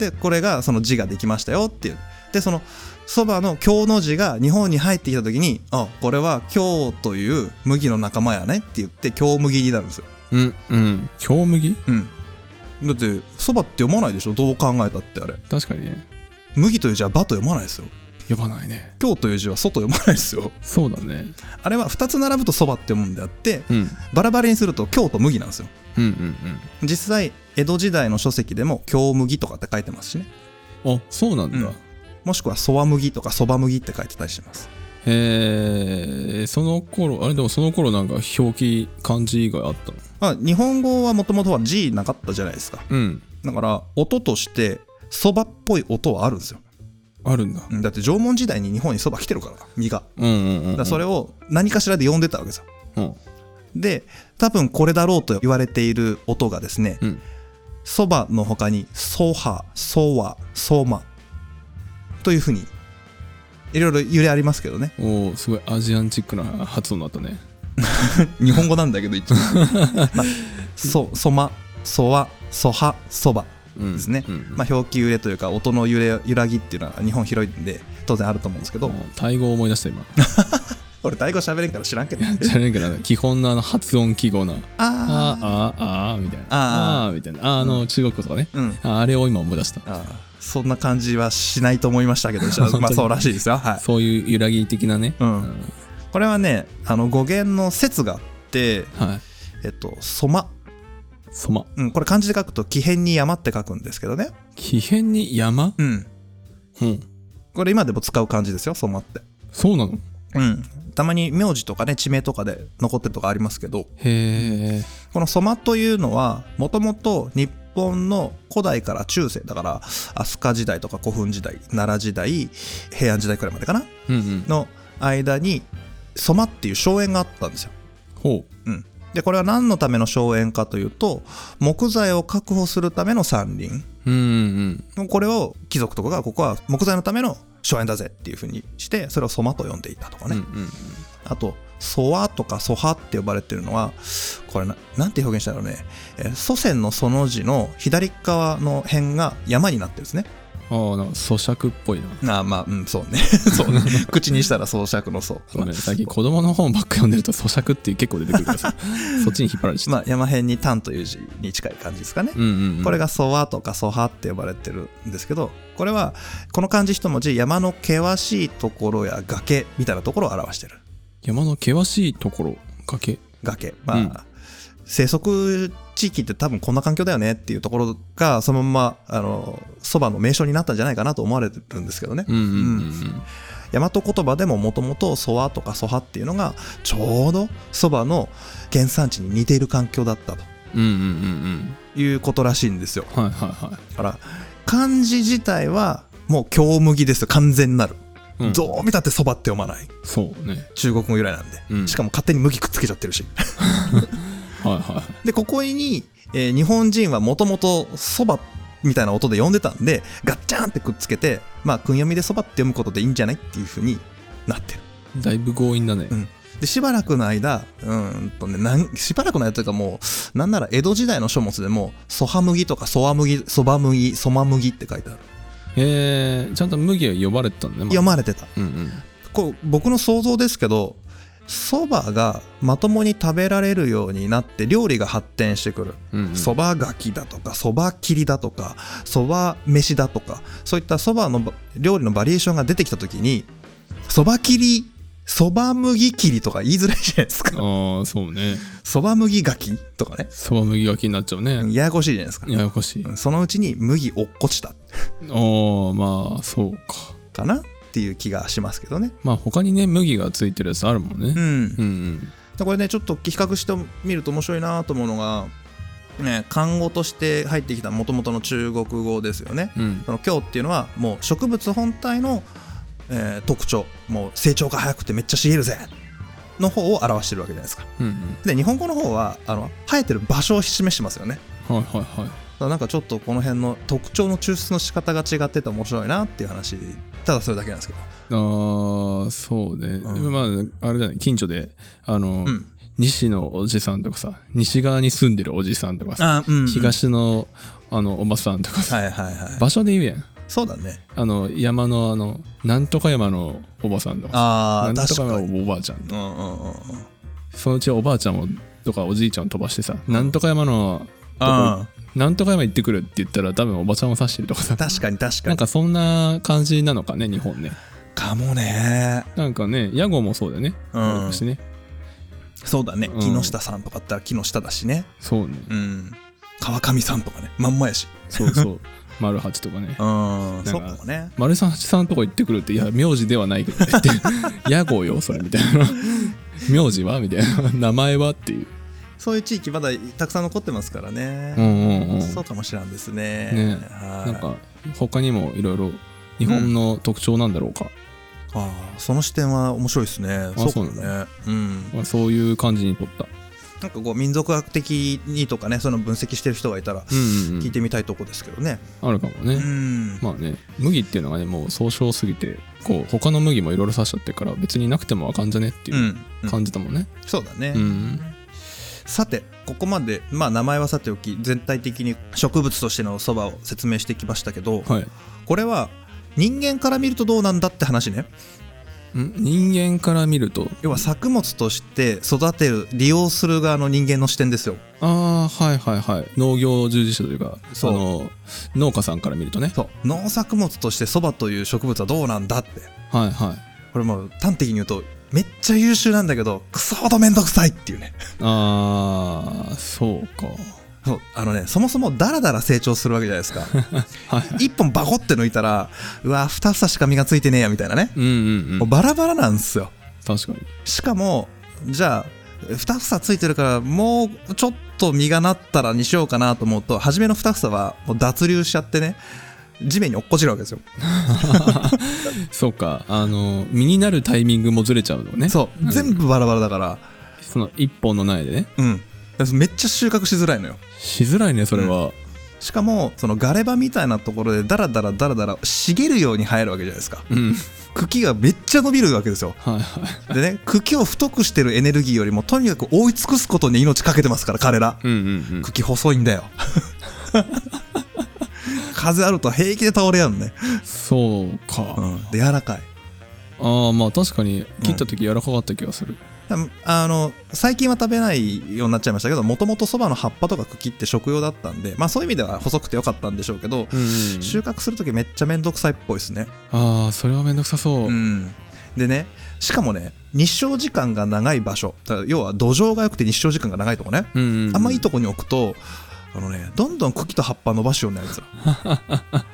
B: でこれがその字ができましたよっていうでそのそばの京の字が日本に入ってきた時にあこれは京という麦の仲間やねって言って京麦になるんですよ
A: うんうん京麦
B: うんだってそばって読まないでしょどう考えたってあれ
A: 確かにね
B: 麦という字はバと読まないですよ
A: 呼ばないね
B: 京という字は外読まないですよ
A: そうだね
B: あれは2つ並ぶとそばって読むんであって
A: うん
B: バラバラにすると京と麦なんですよ
A: うん
B: 実際江戸時代の書籍でも京麦とかって書いてますしね
A: うんうんあそうなんだ、
B: うんもしくはそば麦とかそば麦って書いてたりします
A: えー、その頃あれでもその頃なんか表記漢字以外あったの
B: あ日本語はもともとは G なかったじゃないですか
A: うん
B: だから音としてそばっぽい音はあるんですよ
A: あるんだ
B: うんだって縄文時代に日本にそば来てるからな実がだか
A: うんうんうん、う
B: ら
A: ん、
B: それを何かしらで呼んでたわけですよ
A: うん
B: で多分これだろうと言われている音がですね
A: うん
B: そばの他にそはそわそまというふうにいろいろ揺れありますけどね
A: おおすごいアジアンチックな発音だったね
B: 日本語なんだけど一応、 まあ、そそまそわそはそば
A: うん
B: ですね、
A: うんうん
B: まあ、表記揺れというか音の揺れ揺らぎっていうのは日本広いんで当然あると思うんですけど、
A: うんタイ語を思い出した 今
B: 俺タイ語喋れんから知らんけど
A: じゃねえけど基本のあの発音記号な
B: ああ
A: あーあーあーみたいな
B: あー
A: あーみたいなあーあの中国語とかね、
B: うん
A: あーあれを今思い出した
B: あーそんな感じはしないと思いましたけどまあそうらしいですよはい
A: そういう揺らぎ的なね、
B: うんこれはねあの語源の説があって
A: はい
B: えっと「そま
A: そま」
B: うん、これ漢字で書くと「奇変に山」って書くんですけどね
A: 奇変に山
B: うん
A: うん
B: これ今でも使う漢字ですよ「そま」って
A: そうなの
B: うんたまに名字とかね地名とかで残ってるとかありますけど
A: へえ
B: この「ソマ」というのはもともと日本の古代から中世だから飛鳥時代とか古墳時代奈良時代平安時代くらいまでかな
A: うんうん
B: の間に「ソマ」っていう荘園があったんですよ。
A: ほう
B: うん、でこれは何のための荘園かというと木材を確保するための山林
A: うんうん
B: これを貴族とかがここは木材のための荘園だぜっていうふうにしてそれを「ソマ」と呼んでいたとか
A: うんう
B: ね。
A: んうん
B: あと、ソワとかソハって呼ばれてるのは、これな、なんて表現したのね、えー祖先のその字の左側の辺が山になってるんですね。
A: ああなんか咀嚼っぽいな
B: ああまあ、うん、 そうね。そうね。口にしたら装飾の層。
A: ごめん最近子供の本ばっか読んでると咀嚼っていう結構出てくるから さそっちに引っ張られちゃっ
B: まあ、山辺に丹という字に近い感じですかね
A: た、。うんうんうん、
B: これがソワとかソハって呼ばれてるんですけど、これは、この漢字一文字、山の険しいところや崖みたいなところを表してる。
A: 山の険しいところ崖
B: 崖まあ、
A: うん
B: 生息地域って多分こんな環境だよねっていうところがそのままあのそばの名称になったんじゃないかなと思われてるんですけどね、
A: うんうんうんうん
B: 大和言葉でももともと「そわ」とか「そは」っていうのがちょうどそばの原産地に似ている環境だったと
A: うんうんうん
B: いうことらしいんですよ
A: うんはいはいは
B: だから漢字自体はもう京麦ですよ完全なる、
A: い、うん、
B: どう見たってそばって読まない
A: そうね
B: 中国語由来なんで、
A: うん
B: しかも勝手に麦くっつけちゃってるし
A: はいは
B: でここに、えー日本人はもともとそばみたいな音で呼んでたんでガッチャンってくっつけてまあ訓読みでそばって読むことでいいんじゃないっていうふうになってる
A: いだいぶ強引だね、
B: うんでしばらくの間うーんとねなんしばらくの間というかもうなんなら江戸時代の書物でも「そは麦」とか「そわ麦」「そば麦」「そま麦」って書いてある
A: へえちゃんと麦は呼ばれてたんだね、まあ
B: 読まれてた
A: うんうん
B: こう僕の想像ですけどそばがまともに食べられるようになって料理が発展してくる
A: うんうん
B: そばがきだとかそば切りだとかそば飯だとかそういったそばのば料理のバリエーションが出てきた時にそば切りそば麦切りとか言いづらいじゃないですか
A: ああそうね
B: そば麦がきとかね
A: そば麦が気になっちゃうね、
B: ややこしいじゃないですか
A: ややこしい、
B: そのうちに麦落っこちた
A: ああまあそうか
B: かなっていう気がしますけどね
A: まあ他にね麦がついてるやつあるもん
B: う
A: ね、
B: ん
A: うん、うん
B: でこれねちょっと比較してみると面白いなと思うのが、ね、漢語として入ってきたもともとの中国語ですよね
A: うんうん
B: その今日っていうのはもう植物本体の、えー特徴もう成長が早くてめっちゃ茂るぜの方を表してるわけじゃないですか
A: うん
B: で日本語の方はあの生えてる場所を示してますよね
A: はいはいはい
B: だからなんかちょっとこの辺の特徴の抽出の仕方が違ってて面白いなっていう話ただそれだけなんですけど
A: ああそうね、
B: うん
A: でもまああれだね近所であの、
B: うん
A: 西のおじさんとかさ西側に住んでるおじさんとかさ、
B: あうん
A: 東のあのおばさんとかさ、
B: はいはいはい
A: 場所で言うやん
B: そうだね
A: あの山のあのなんとか山のおばさんとかさ
B: ああ
A: なんと
B: 確
A: か
B: か
A: 山
B: に
A: のおばあちゃん
B: うんうんうんうん
A: そのうちおばあちゃんをとかおじいちゃんを飛ばしてさ、なんとか山のどこ
B: あ
A: なんとか山行ってくるって言ったら多分おばちゃんを指してるとかさ
B: ー確かに確か
A: なん
B: に
A: かそんな感じなのかね日本ね
B: かもね
A: なんかね屋号もそうだよね、
B: うん
A: 私ね
B: そうだね
A: うん
B: 木下さんとかだったら木下だしね
A: そうね
B: うん川上さんとかねまんまやし
A: そう そう。丸八とかね。
B: うん
A: か
B: そうかもね
A: 丸三八さんとこ行ってくるって、いや、名字ではないけどねって。 屋号よ、それ、みたいな。名字はみたいな。名前はっていう。
B: そういう地域まだたくさん残ってますからね
A: うんうんうん。
B: そうかもしらんですね
A: ね
B: は
A: ないんか、他にもいろいろ日本の特徴なんだろうか。
B: ああその視点は面白いですねそうかも
A: そう
B: ねうん
A: まあそういう感じにとった。
B: なんかこう民族学的にとかねその分析してる人がいたら
A: うん、うんう
B: 聞い
A: ん。
B: てみたいとこですけどね
A: あるかもね。
B: うん
A: まあね、麦っていうのがね、もう総称すぎて、こう、他の麦もいろいろ刺しちゃってるから、別になくてもわかんじゃねって
B: う
A: いうん
B: うん
A: 感じだもんね。
B: そうだね
A: うん
B: さてここまでまあ名前はさておき全体的に植物としてのそばを説明してきましたけど
A: はい。
B: これは人間から見るとどうなんだって話ね
A: ん人間から見ると、
B: 要は作物として育てる利用する側の人間の視点ですよ
A: ああはいはいはい農業従事者というか
B: そう
A: あの農家さんから見るとね
B: そう農作物としてそばという植物はどうなんだって
A: はいはい
B: これもう端的に言うとめっちゃ優秀なんだけどクソほどめんどくさいっていうね
A: ああそうか
B: そうあのねそもそもダラダラ成長するわけじゃないですか
A: はい
B: 一本バコって抜いたらうわふたふたしか実がついてねえやみたいなね
A: うんうんう
B: もうんバラバラなんですよ
A: 確かに
B: しかもじゃあ2房ついてるからもうちょっと実がなったらにしようかなと思うと初めの2房はもう脱流しちゃってね地面に落っこちるわけですよ、
A: そうかあの身になるタイミングもずれちゃうのねそ
B: そう全部バラバラだから
A: の一本の苗でね
B: うんだからめっちゃ収穫しづらいのよ
A: しづらいねそれは、
B: しかもそのガレ場みたいなところでダラダラダラダラ茂るように生えるわけじゃないですか
A: うん、
B: 茎がめっちゃ伸びるわけですよ
A: はいはい
B: でね茎を太くしてるエネルギーよりもとにかく覆い尽くすことに命かけてますから彼ら
A: うんうんうん
B: 茎細いんだよ 風あると平気で倒れやんね、
A: そうか、
B: うん、で柔らかい
A: ああまあ確かに切った時柔らかかった気がする、
B: うんあの最近は食べないようになっちゃいましたけどもともとそばの葉っぱとか茎って食用だったんでまあそういう意味では細くてよかったんでしょうけど、
A: うんうん
B: 収穫する時めっちゃめんどくさいっぽいですね
A: ああそれはめんどくさそう、
B: うん、でねしかもね日照時間が長い場所だから要は土壌が良くて日照時間が長いとこね、
A: うんうう
B: あんまいいとこに置くとあのねどんどん茎と葉っぱ伸ばしようになるんです よ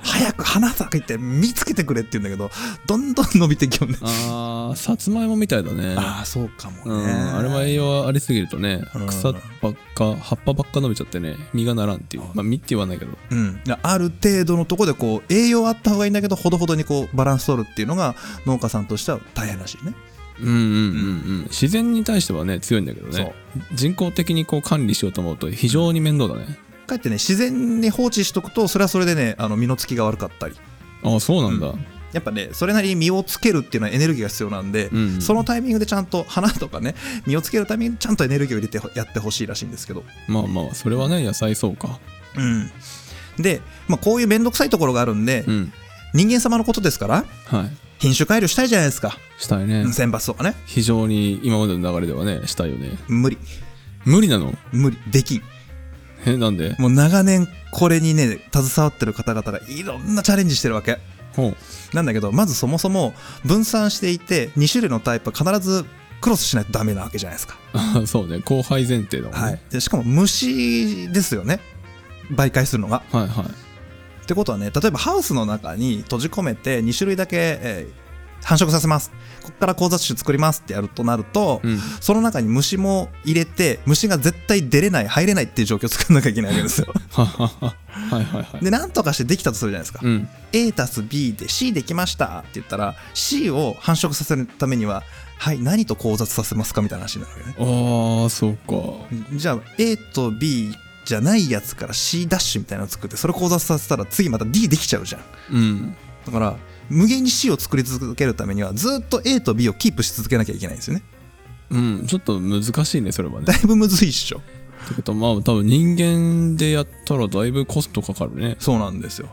B: 早く花咲いて見つけてくれって言うんだけどどんどん伸びてきようね
A: あーさつまいもみたいだね
B: ああそうかも
A: うん、
B: ね、
A: あれは栄養ありすぎるとね
B: うん
A: 草ばっか葉っぱばっか伸びちゃってね実がならんっていうまあ実って言わないけど
B: うん、ある程度のとこでこう栄養あった方がいいんだけどほどほどにこうバランス取るっていうのが農家さんとしては大変らしいね
A: うんうんうんうん自然に対してはね強いんだけど
B: そう
A: ね人工的にこう管理しようと思うと非常に面倒だね
B: かえってね自然に放置しとくとそれはそれでねあの実のつきが悪かったり
A: ああそうなんだ、
B: やっぱねそれなりに実をつけるっていうのはエネルギーが必要なんで、
A: うんうん
B: そのタイミングでちゃんと花と かね実をつけるためにちゃんとエネルギーを入れてやってほしいらしいんですけど、
A: まあまあそれはね野菜そうか
B: うん、で、まあ、こういう面倒くさいところがあるんで、
A: うん
B: 人間様のことですから
A: はい
B: 品種改良したいじゃないですか、
A: したいね、
B: うん選抜とかね
A: 非常に今までの流れではねしたいよね
B: 無理
A: 無理なの
B: 無理できん
A: えなんで
B: もう長年これにね携わってる方々がいろんなチャレンジしてるわけ
A: ほう
B: なんだけどまずそもそも分散していて2種類のタイプは必ずクロスしないとダメなわけじゃないですか
A: あそうね後輩前提だもんね、
B: はい、でしかも虫ですよね媒介するのが。
A: はいはい
B: ってことはね例えばハウスの中に閉じ込めて2種類だけ、えー繁殖させますここから交雑種作りますってやるとなると、
A: うん
B: その中に虫も入れて虫が絶対出れない入れないっていう状況を作らなきゃいけないわ けですよ
A: ははははいはいはい
B: でなんとかしてできたとするじゃないですか、
A: うん
B: A たす B で C できましたって言ったら C を繁殖させるためにははい何と交雑させますかみたいな話になるわけね
A: ああそうか
B: じゃあ A と B じゃないやつから C ダッシュみたいなの作ってそれ交雑させたら次また D できちゃうじゃん
A: うん
B: だから無限に C を作り続けるためにはずっと A と B をキープし続けなきゃいけないんですよね
A: うんちょっと難しいねそれはね
B: だいぶむずいっしょ
A: ってことはまあ多分人間でやったらだいぶコストかかるね
B: そうなんですよ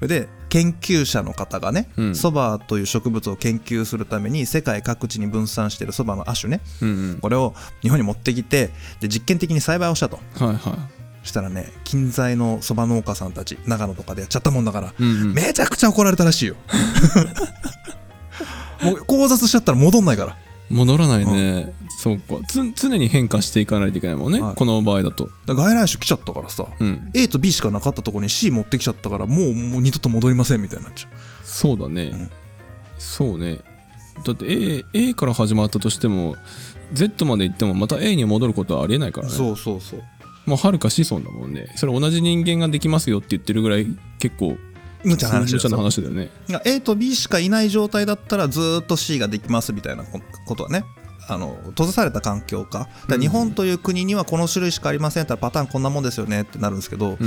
B: で研究者の方がね
A: うん
B: そば、蕎麦という植物を研究するために世界各地に分散しているそばの亜種ね
A: うんうん
B: これを日本に持ってきてで実験的に栽培をしたと
A: はいは
B: したらね近在のそば農家さんたち長野とかでやっちゃったもんだから
A: いうんうん
B: めちゃくちゃ怒られたらしいよ もう交雑しちゃったら戻んないから
A: 戻らないね、そうかつ常に変化していかないといけないもんね、
B: はい
A: この場合だと
B: だから外来種来ちゃったからさ、
A: うん
B: A と B しかなかったところに C 持ってきちゃったからもうもう二度と戻りませんみたいになっちゃ
A: そうだね、
B: ん
A: そうねだって A, A から始まったとしても Z まで行ってもまた A に戻ることはありえないか
B: う、
A: らね
B: うそうそう
A: もうはるか子孫だもんねそれ同じ人間ができますよって言ってるぐらい結構
B: むちゃな話
A: 無
B: だ
A: 茶な
B: よ
A: 話だよね
B: いや A と B しかいない状態だったらずーっと C ができますみたいなこことはねあの閉ざされた環境かだから日本という国にはこの種類しかありませんって言ったらパターンこんなもんですよねってなるんですけ
A: う
B: ど、
A: んうん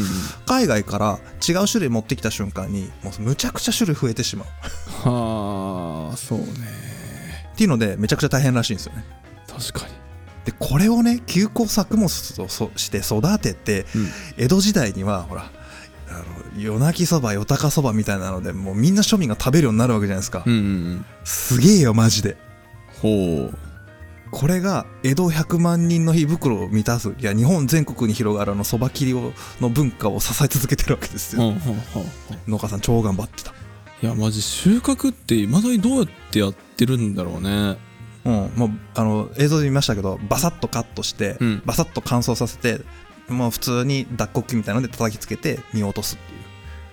B: 海外から違う種類持ってきた瞬間にもうむちゃくちゃ種類増えてしまう
A: はあそうね
B: っていうのでめちゃくちゃ大変らしいんですよね
A: 確かに
B: でこれをね休耕作物とそして育てて、
A: うん
B: 江戸時代にはほらあの夜泣きそば夜高そばみたいなのでもうみんな庶民が食べるようになるわけじゃないですか、
A: うんうん
B: すげえよマジで
A: うんほう
B: これが江戸100万人の火袋を満たすいや日本全国に広がるあのそば切りをの文化を支え続けてるわけですよ、
A: ほうほうほうほう
B: 農家さん超頑張ってた
A: いやマジ収穫っていまだにどうやってやってるんだろうね
B: うんもうあの映像で見ましたけどバサッとカットして、
A: うん
B: バサッと乾燥させてもう普通に脱穀機みたいなので叩きつけて見落とすっ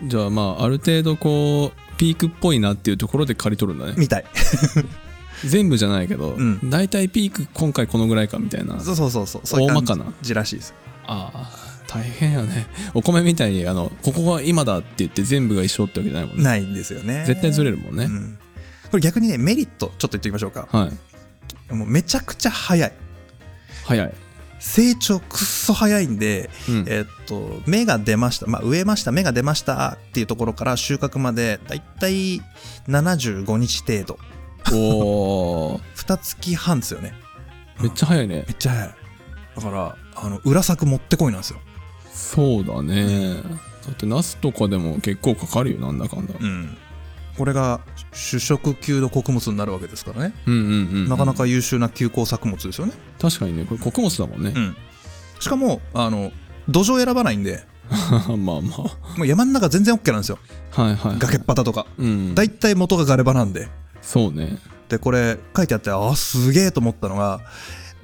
B: ていう
A: じゃあまあある程度こうピークっぽいなっていうところで刈り取るんだね
B: みたい
A: 全部じゃないけど、
B: うん
A: 大体ピーク今回このぐらいかみたいな
B: そうそうそうそうそういう感
A: 大まかな
B: じらしいです
A: ああ大変やねお米みたいにあのここが今だって言って全部が一緒ってわけじゃないもんね
B: ないんですよね
A: 絶対ずれ
B: る
A: るもんね、
B: うん、これ逆にねメリットちょっと言っておきましょうか
A: はい
B: もうめちゃくちゃ早い
A: 早い、
B: 成長くっそ早いんで、
A: うん
B: えっと芽が出ました、まあ、植えました芽が出ましたっていうところから収穫までだいたい75日程度
A: おお
B: 2月半ですよね
A: めっちゃ早いね
B: めっちゃ早いだからあの裏作持ってこいなんですよ
A: そうだねだってナスとかでも結構かかるよなんだかんだ、
B: うんこれが主食級の穀物になるわけですからね、
A: うん、うんうんうん
B: なかなか優秀な休耕作物ですよね、
A: 確かにねこれ穀物だもんね、
B: うんしかもあの土壌選ばないんで
A: まあま
B: もう山の中全然 OK なんですよ
A: あはいはい
B: 崖っ端とか
A: うん
B: 大体元がガレ場なんで
A: そうね
B: でこれ書いてあってあすげえと思ったのが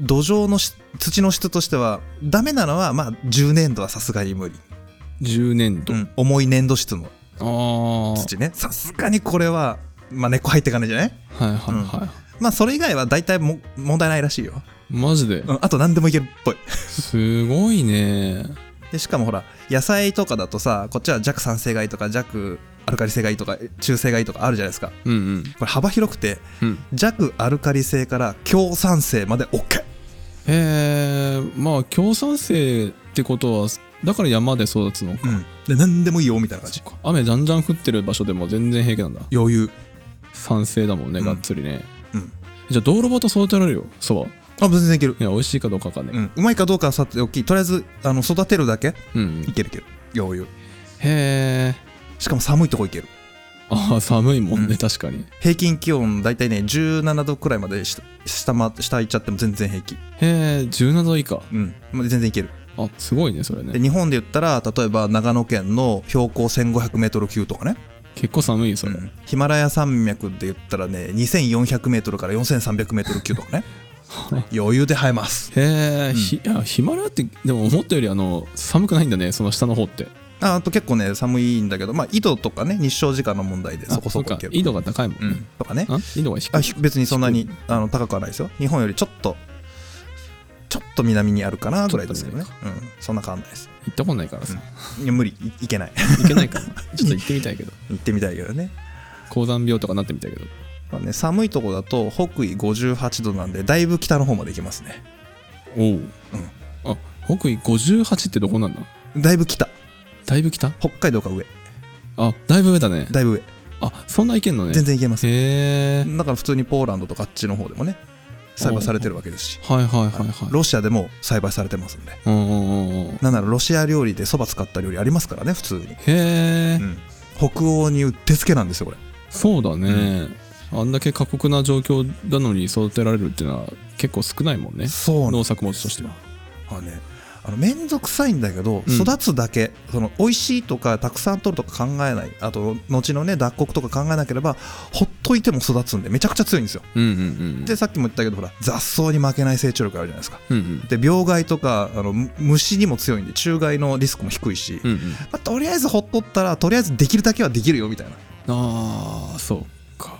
B: 土壌のし土の質としてはダメなのはまあ10年度はさすがに無理、
A: 10年度、
B: うん重い粘土質の
A: あ
B: 土ねさすがにこれは、まあ、根っこ入ってかないじゃない
A: あはいはいはい、
B: まあそれ以外は大体も問題ないらしいよ、
A: マジで
B: うん、あと何でもいけるっぽい
A: すごいね
B: でしかもほら野菜とかだとさこっちは弱酸性がいいとか弱アルカリ性がいいとか中性がいいとかあるじゃないですか
A: うんうん
B: これ幅広くて
A: うん
B: 弱アルカリ性から強酸性まで OK
A: へえまあ共産性ってことはだから山で育つのか、
B: うんで何でもいいよみたいな感じ
A: 雨じゃんじゃん降ってる場所でも全然平気なんだ
B: 余裕
A: 酸性だもんね、
B: うん
A: がっつりね
B: うん
A: じゃあ道路ごと育てられるよそばい
B: あ全然いける
A: や美味しいかどうかわかんない、
B: うん、うまいかどうかはさておきとりあえずあの育てるだけ
A: うん
B: いけるいける余裕
A: へえ
B: しかも寒いとこいける
A: ああ寒いもんね、
B: うん
A: 確かに
B: 平均気温大体ね17度くらいまで下下回下行っちゃっても全然平気
A: へえ17度以下
B: うんまあ全然いける
A: あすごいねそれ
B: で
A: ね
B: 日本で言ったら例えば長野県の標高 1500m 級とかね、
A: 結構寒いよそれ、
B: うんヒマラヤ山脈で言ったらね 2400m から 4300m 級とか ね余裕で生えます
A: へえ、ひあヒマラヤってでも思ったよりあの寒くないんだねその下の方って
B: ああと結構ね寒いんだけどまあ緯度とかね日照時間の問題でそこそ
A: あ
B: こい
A: そ
B: け
A: うか
B: る
A: 緯度が高いもんね、
B: うん、とかね
A: あ緯度が低い
B: あひ別にそんなにあの高くはないですよ日本よりちょっとちょっと南にあるかなぐらいですけどね
A: ち、
B: うん、そんな変わんないです
A: 行ったことないからさ、
B: いや無理いいけない
A: 行けないからちょっと行ってみたいけど
B: 行ってみたいけどね,、
A: 高山病とかなってみたいけど
B: まあ、ね寒いとこだと北緯58度なんでだいぶ北の方まで行けますね
A: おお、あ北緯58ってどこなんだ
B: だいぶ北
A: だいぶ北
B: 北海道が上
A: あだいぶ上だね
B: だいぶ
A: あそんな行けんのね
B: 上全然行けます
A: へえ
B: だから普通にポーランドとかあっちの方でもね栽培されてるわけですし
A: はいはいはいはい
B: ロシアでも栽培されてますんで
A: うんうんうんうん
B: なんならロシア料理でそば使った料理ありますからね普通に、
A: へえ、
B: うん、北欧にうってつけなんですよこれ
A: そうだね、あんだけ過酷な状況なのに育てられるっていうのは結構少ないもんね
B: そうなんです
A: 農作物としては
B: あのね、あの面倒くさいんだけど、
A: うん
B: 育つだけその美味しいとかたくさん取るとか考えないあと後のね脱穀とか考えなければほっといても育つんでめちゃくちゃ強いんですよ
A: うんうんうん
B: でさっきも言ったけどほら雑草に負けない成長力あるじゃないですか
A: うんうん
B: で病害とかあのむ虫にも強いんで虫害のリスクも低いし、
A: う
B: ま
A: んうん
B: あ、とりあえずほっとったらとりあえずできるだけはできるよみたいな
A: ああそうか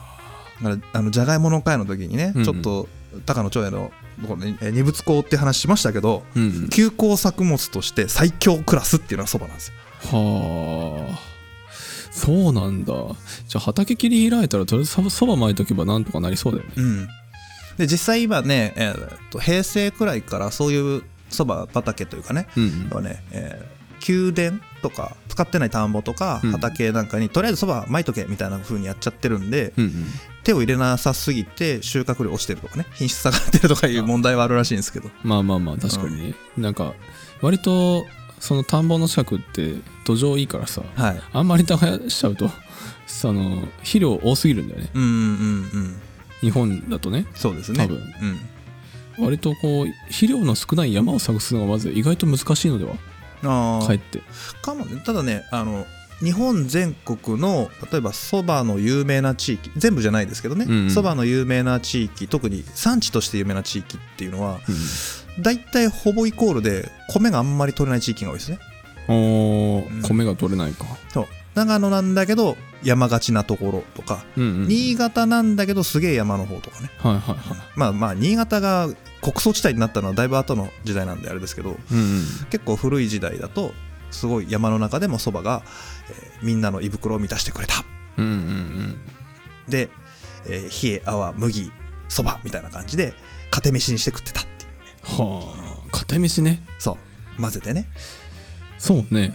B: だからあのじゃがいもの会の時にね、
A: うんうん
B: ちょっと高野長英のところにえー二物耕って話しましたけど、
A: うんうん
B: 休耕作物として最強クラスっていうのはそばなんですよ
A: はあそうなんだじゃあ畑切り開いたらとりあえずそそば巻いとけばなんとかなりそうだよね
B: うん、で実際今ね、えーと平成くらいからそういうそば畑というかね,、
A: うんうん
B: はねえー宮殿とか使ってない田んぼとか
A: うん
B: 畑なんかに、とりあえずそばまいとけみたいな風にやっちゃってるんで、
A: うんうん
B: 手を入れなさすぎて収穫量落ちてるとかね品質下がってるとかいう問題はあるらしいんですけど
A: まあまあまあ確かにね、なんか割とその田んぼの近くって土壌いいからさ
B: はい
A: あんまり耕しちゃうとその肥料多すぎるんだよね
B: うんうんうん
A: 日本だとね
B: そうですね
A: 多分
B: うん
A: 割とこう肥料の少ない山を探すのがまず意外と難しいのでは
B: あー
A: かえって
B: かもねただねあの日本全国の例えばそばの有名な地域全部じゃないですけど
A: うんう
B: ね
A: ん
B: そば、蕎麦の有名な地域特に産地として有名な地域っていうのは大体ほぼイコールで米があんまり取れない地域が多いですね
A: おー
B: うん
A: 米が取れないか
B: そう長野なんだけど山がちなところとか、
A: うんうん、
B: 新潟なんだけどすげえ山の方とかね
A: はいはいは
B: まあまあ新潟が穀倉地帯になったのはだいぶ後の時代なんであれですけど
A: い、うんうん、
B: 結構古い時代だとすごい山の中でもそばが、えーみんなの胃袋を満たしてくれた
A: うんうんうん
B: で、えー冷え泡麦そばみたいな感じでかて飯にして食ってたっていう
A: はあ片飯ね
B: そう混ぜてね、
A: そうね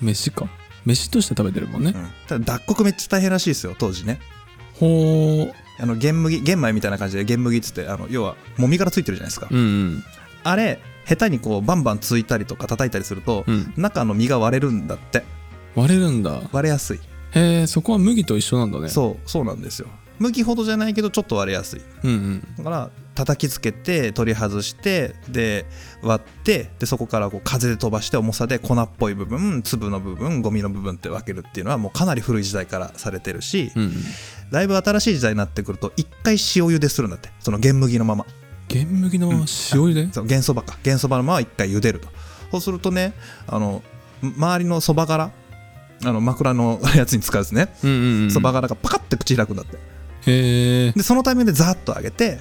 A: 飯か飯として食べてるもんね
B: う、ん、ただ脱穀めっちゃ大変らしいですよ当時ね
A: ほう
B: あの玄麦玄米みたいな感じで玄麦っつってあの要はもみ殻ついてるじゃないですか、
A: うんうん
B: あれ下手にこうバンバンついたりとか叩いたりすると、
A: うん
B: 中の実が割れるんだって
A: 割れるんだ
B: 割れやすい、
A: へえそこは麦と一緒なんだね
B: そうそうなんですよ麦ほどじゃないけどちょっと割れやすい
A: うん
B: だから叩きつけて取り外してで割ってでそこからこう風で飛ばして重さで粉っぽい部分粒の部分ゴミの部分って分けるっていうのはもうかなり古い時代からされてるし、
A: うんうんうん
B: だいぶ新しい時代になってくると1回塩茹でするんだってその玄麦のまま
A: 玄麦のまま塩茹で、
B: そう原そばか原そばのまま一回茹でるとそうするとねあのん周りのそば殻あの枕のやつに使うですね
A: うんうんうん
B: そば殻がパカッて口開くんだって
A: へえ
B: でそのタイミングでザーッと揚げて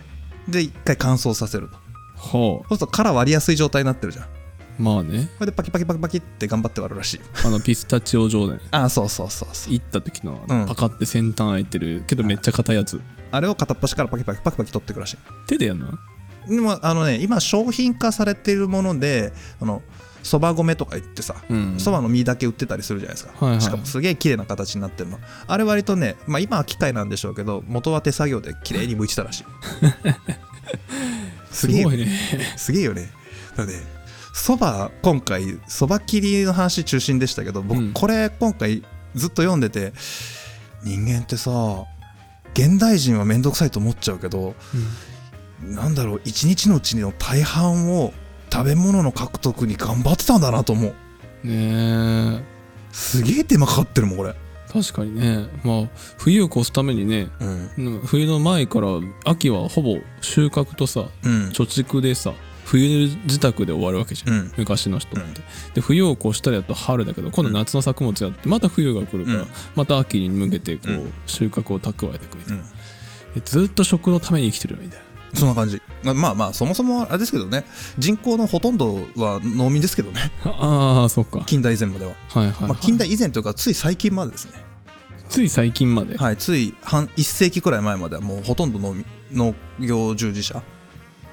B: で一回乾燥させると
A: は
B: そうすると殻割りやすい状態になってるじゃん
A: あまあね
B: それでパキパキパキパキって頑張って割るらしい
A: あのピスタチオ状態
B: ああそうそうそうそう
A: 行った時の
B: うん
A: パカって先端開いてるけどめっちゃ硬いやつ
B: あれを片っ端からパキパキパキパキ取ってくらしい
A: 手でやんな
B: でもあのね今商品化されてるものであのそば米とか言ってさ
A: うん
B: そばの実だけ売ってたりするじゃないですか、
A: はいはい
B: しかもすげえ綺麗な形になってるのあれ割とね、まあ、今は機械なんでしょうけど元は手作業で綺麗に剥いてたらし い
A: す
B: げえ
A: ごいね
B: すげえよねだからねそば今回そば切りの話中心でしたけど僕、
A: うん
B: これ今回ずっと読んでて人間ってさ現代人は面倒くさいと思っちゃうけどなんだろう一日のうちの大半を食べ物の獲得に頑張ってたんだなと思う
A: ねえ
B: すげえ手間かかってるもんこれ、
A: 確かにねまあ冬を越すためにね
B: うん
A: うん冬の前から秋はほぼ収穫とさ
B: うん
A: 貯蓄でさ冬自宅で終わるわけじゃん、
B: うん
A: 昔の人って、
B: うん
A: で冬を越したりだと春だけど今度夏の作物やってまた冬が来るから、
B: うん
A: また秋に向けてこう、
B: うん
A: 収穫を蓄えてくれて、
B: うん
A: でずっと食のために生きてるみたいな
B: そんな感じままあまあそもそもあれですけどね人口のほとんどは農民ですけどね
A: ああそっか
B: 近代以前までは、
A: はいはい、はい
B: まあ、近代以前というかつい最近までですね
A: つい最近まで、
B: はいつい半1世紀くらい前まではもうほとんど農民農業従事者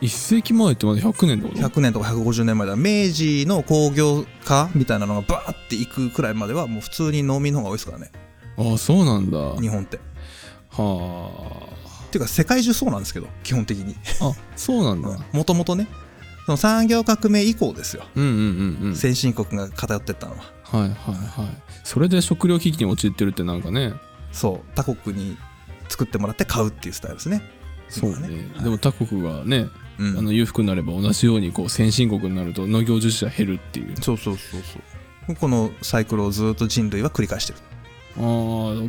A: 一世紀前ってまだ100年ってこと
B: 100年とか150年前では明治の工業化みたいなのがバーっていくくらいまではもう普通に農民の方が多いですからね
A: ああそうなんだ
B: 日本ってっ
A: は
B: ていうか世界中そうなんですけど基本的に
A: ああそうなんだ、
B: もともとねその産業革命以降ですよ
A: うん、うんうんうん
B: 先進国が偏ってったのは
A: はいはいはいそれで食料危機に陥ってるってなんかね
B: そう他国に作ってもらって買うっていうスタイルですね
A: そうね
B: 今は
A: でも他国がね、
B: うん
A: あの裕福になれば同じようにこう先進国になると農業従事者減るっていう
B: そうそうそうそうこのサイクルをずっと人類は繰り返してる
A: ああ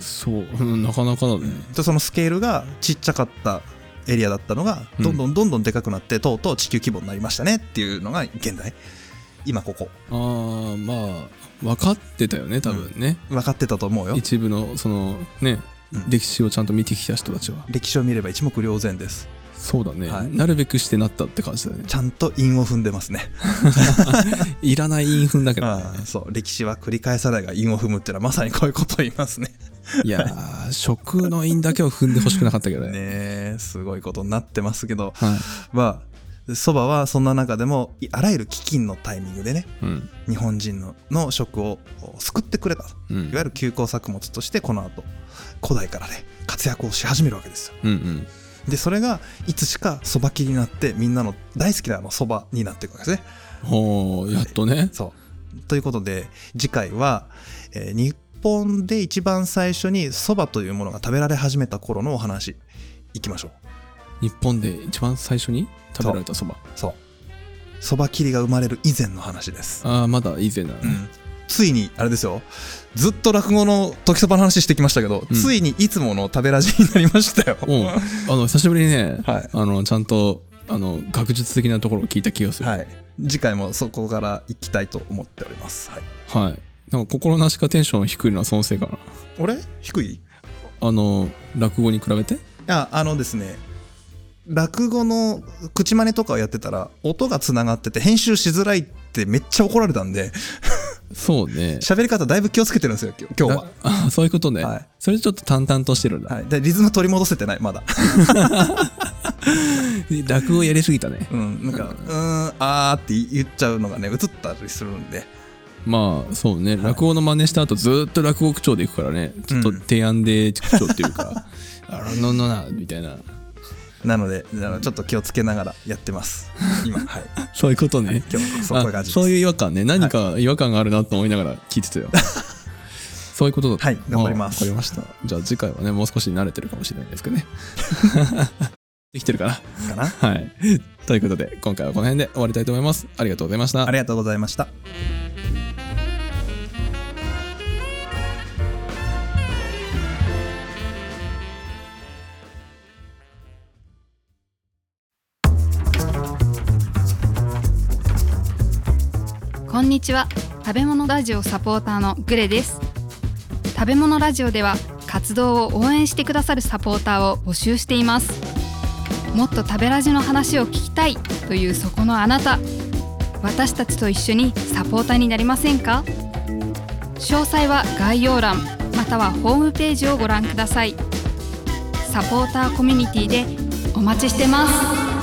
A: そううんなかなかだね
B: でそのスケールがちっちゃかったエリアだったのが
A: うん
B: どんどんどんどんでかくなって、とうとう地球規模になりましたねっていうのが現代今ここ
A: ああまあ分かってたよね多分ね、
B: 分かってたと思うよ
A: 一部のそのね、
B: うん
A: 歴史をちゃんと見てきた人たちは
B: 歴史を見れば一目瞭然です
A: そうだね、
B: はい
A: なるべくしてなったって感じだね
B: ちゃんと韻を踏んでますね
A: いらない陰踏んだけどね
B: ああそう歴史は繰り返さないが韻を踏むってのはまさにこういうことを言いますね
A: いやー食の陰だけを踏んでほしくなかったけど
B: ね
A: ね
B: えすごいことになってますけど
A: はい
B: まあそばはそんな中でもいあらゆる飢饉のタイミングでね
A: うん
B: 日本人のの食をお救ってくれたと
A: うん
B: いわゆる休耕作物としてこの後古代からね活躍をし始めるわけですよ
A: うんうん
B: でそれがいつしかそば切りになってみんなの大好きなあのそばになっていくわけですね
A: ほうやっとね
B: そうということで次回は、えー日本で一番最初にそばというものが食べられ始めた頃のお話いきましょう
A: 日本で一番最初に食べられたそば
B: そうそば切りが生まれる以前の話です
A: ああまだ以前だね、
B: うんついにあれですよずっと落語の時そばの話してきましたけど、
A: うん
B: ついにいつもの食べラジになりましたよ、
A: うん、あの久しぶりにね、
B: はい
A: あのちゃんとあの学術的なところを聞いた気がする。
B: はい次回もそこから行きたいと思っております、はい、
A: はいなんか心なしかテンション低いのはそのせいかな
B: 俺低い
A: あの落語に比べて
B: ああのですね落語の口真似とかをやってたら音がつながってて編集しづらいってめっちゃ怒られたんで
A: そうね
B: 喋り方だいぶ気をつけてるんですよ今日今日は
A: なあそういうことね、
B: はい
A: それちょっと淡々としてるんだ、
B: はい、でリズム取り戻せてないまだ
A: 落語やりすぎたね
B: うんなんか「うーんあー」って言っちゃうのがね映ったりするんで
A: まあそうね、落語の真似した後ずーっと落語口調でいくからねちょっと提案で口調っていうか「あらののな」みたいな
B: なのであのちょっと気をつけながらやってます今 はい
A: そういうことね
B: 今日そう
A: あ
B: こういう感じです
A: そういう違和感ね何か違和感があるなと思いながら聞いてた よそういうことだった
B: はい頑張りま
A: あ
B: す
A: わかりましたじゃあ次回はねもう少し慣れてるかもしれないですけ どねできてるかな
B: かな
A: はいということで今回はこの辺で終わりたいと思いますありがとうございました
B: ありがとうございました
C: こんにちは食べ物ラジオサポーターのグレです食べ物ラジオでは活動を応援してくださるサポーターを募集していますもっと食べラジの話を聞きたいというそこのあなた私たちと一緒にサポーターになりませんか詳細は概要欄またはホームページをご覧くださいサポーターコミュニティでお待ちしてます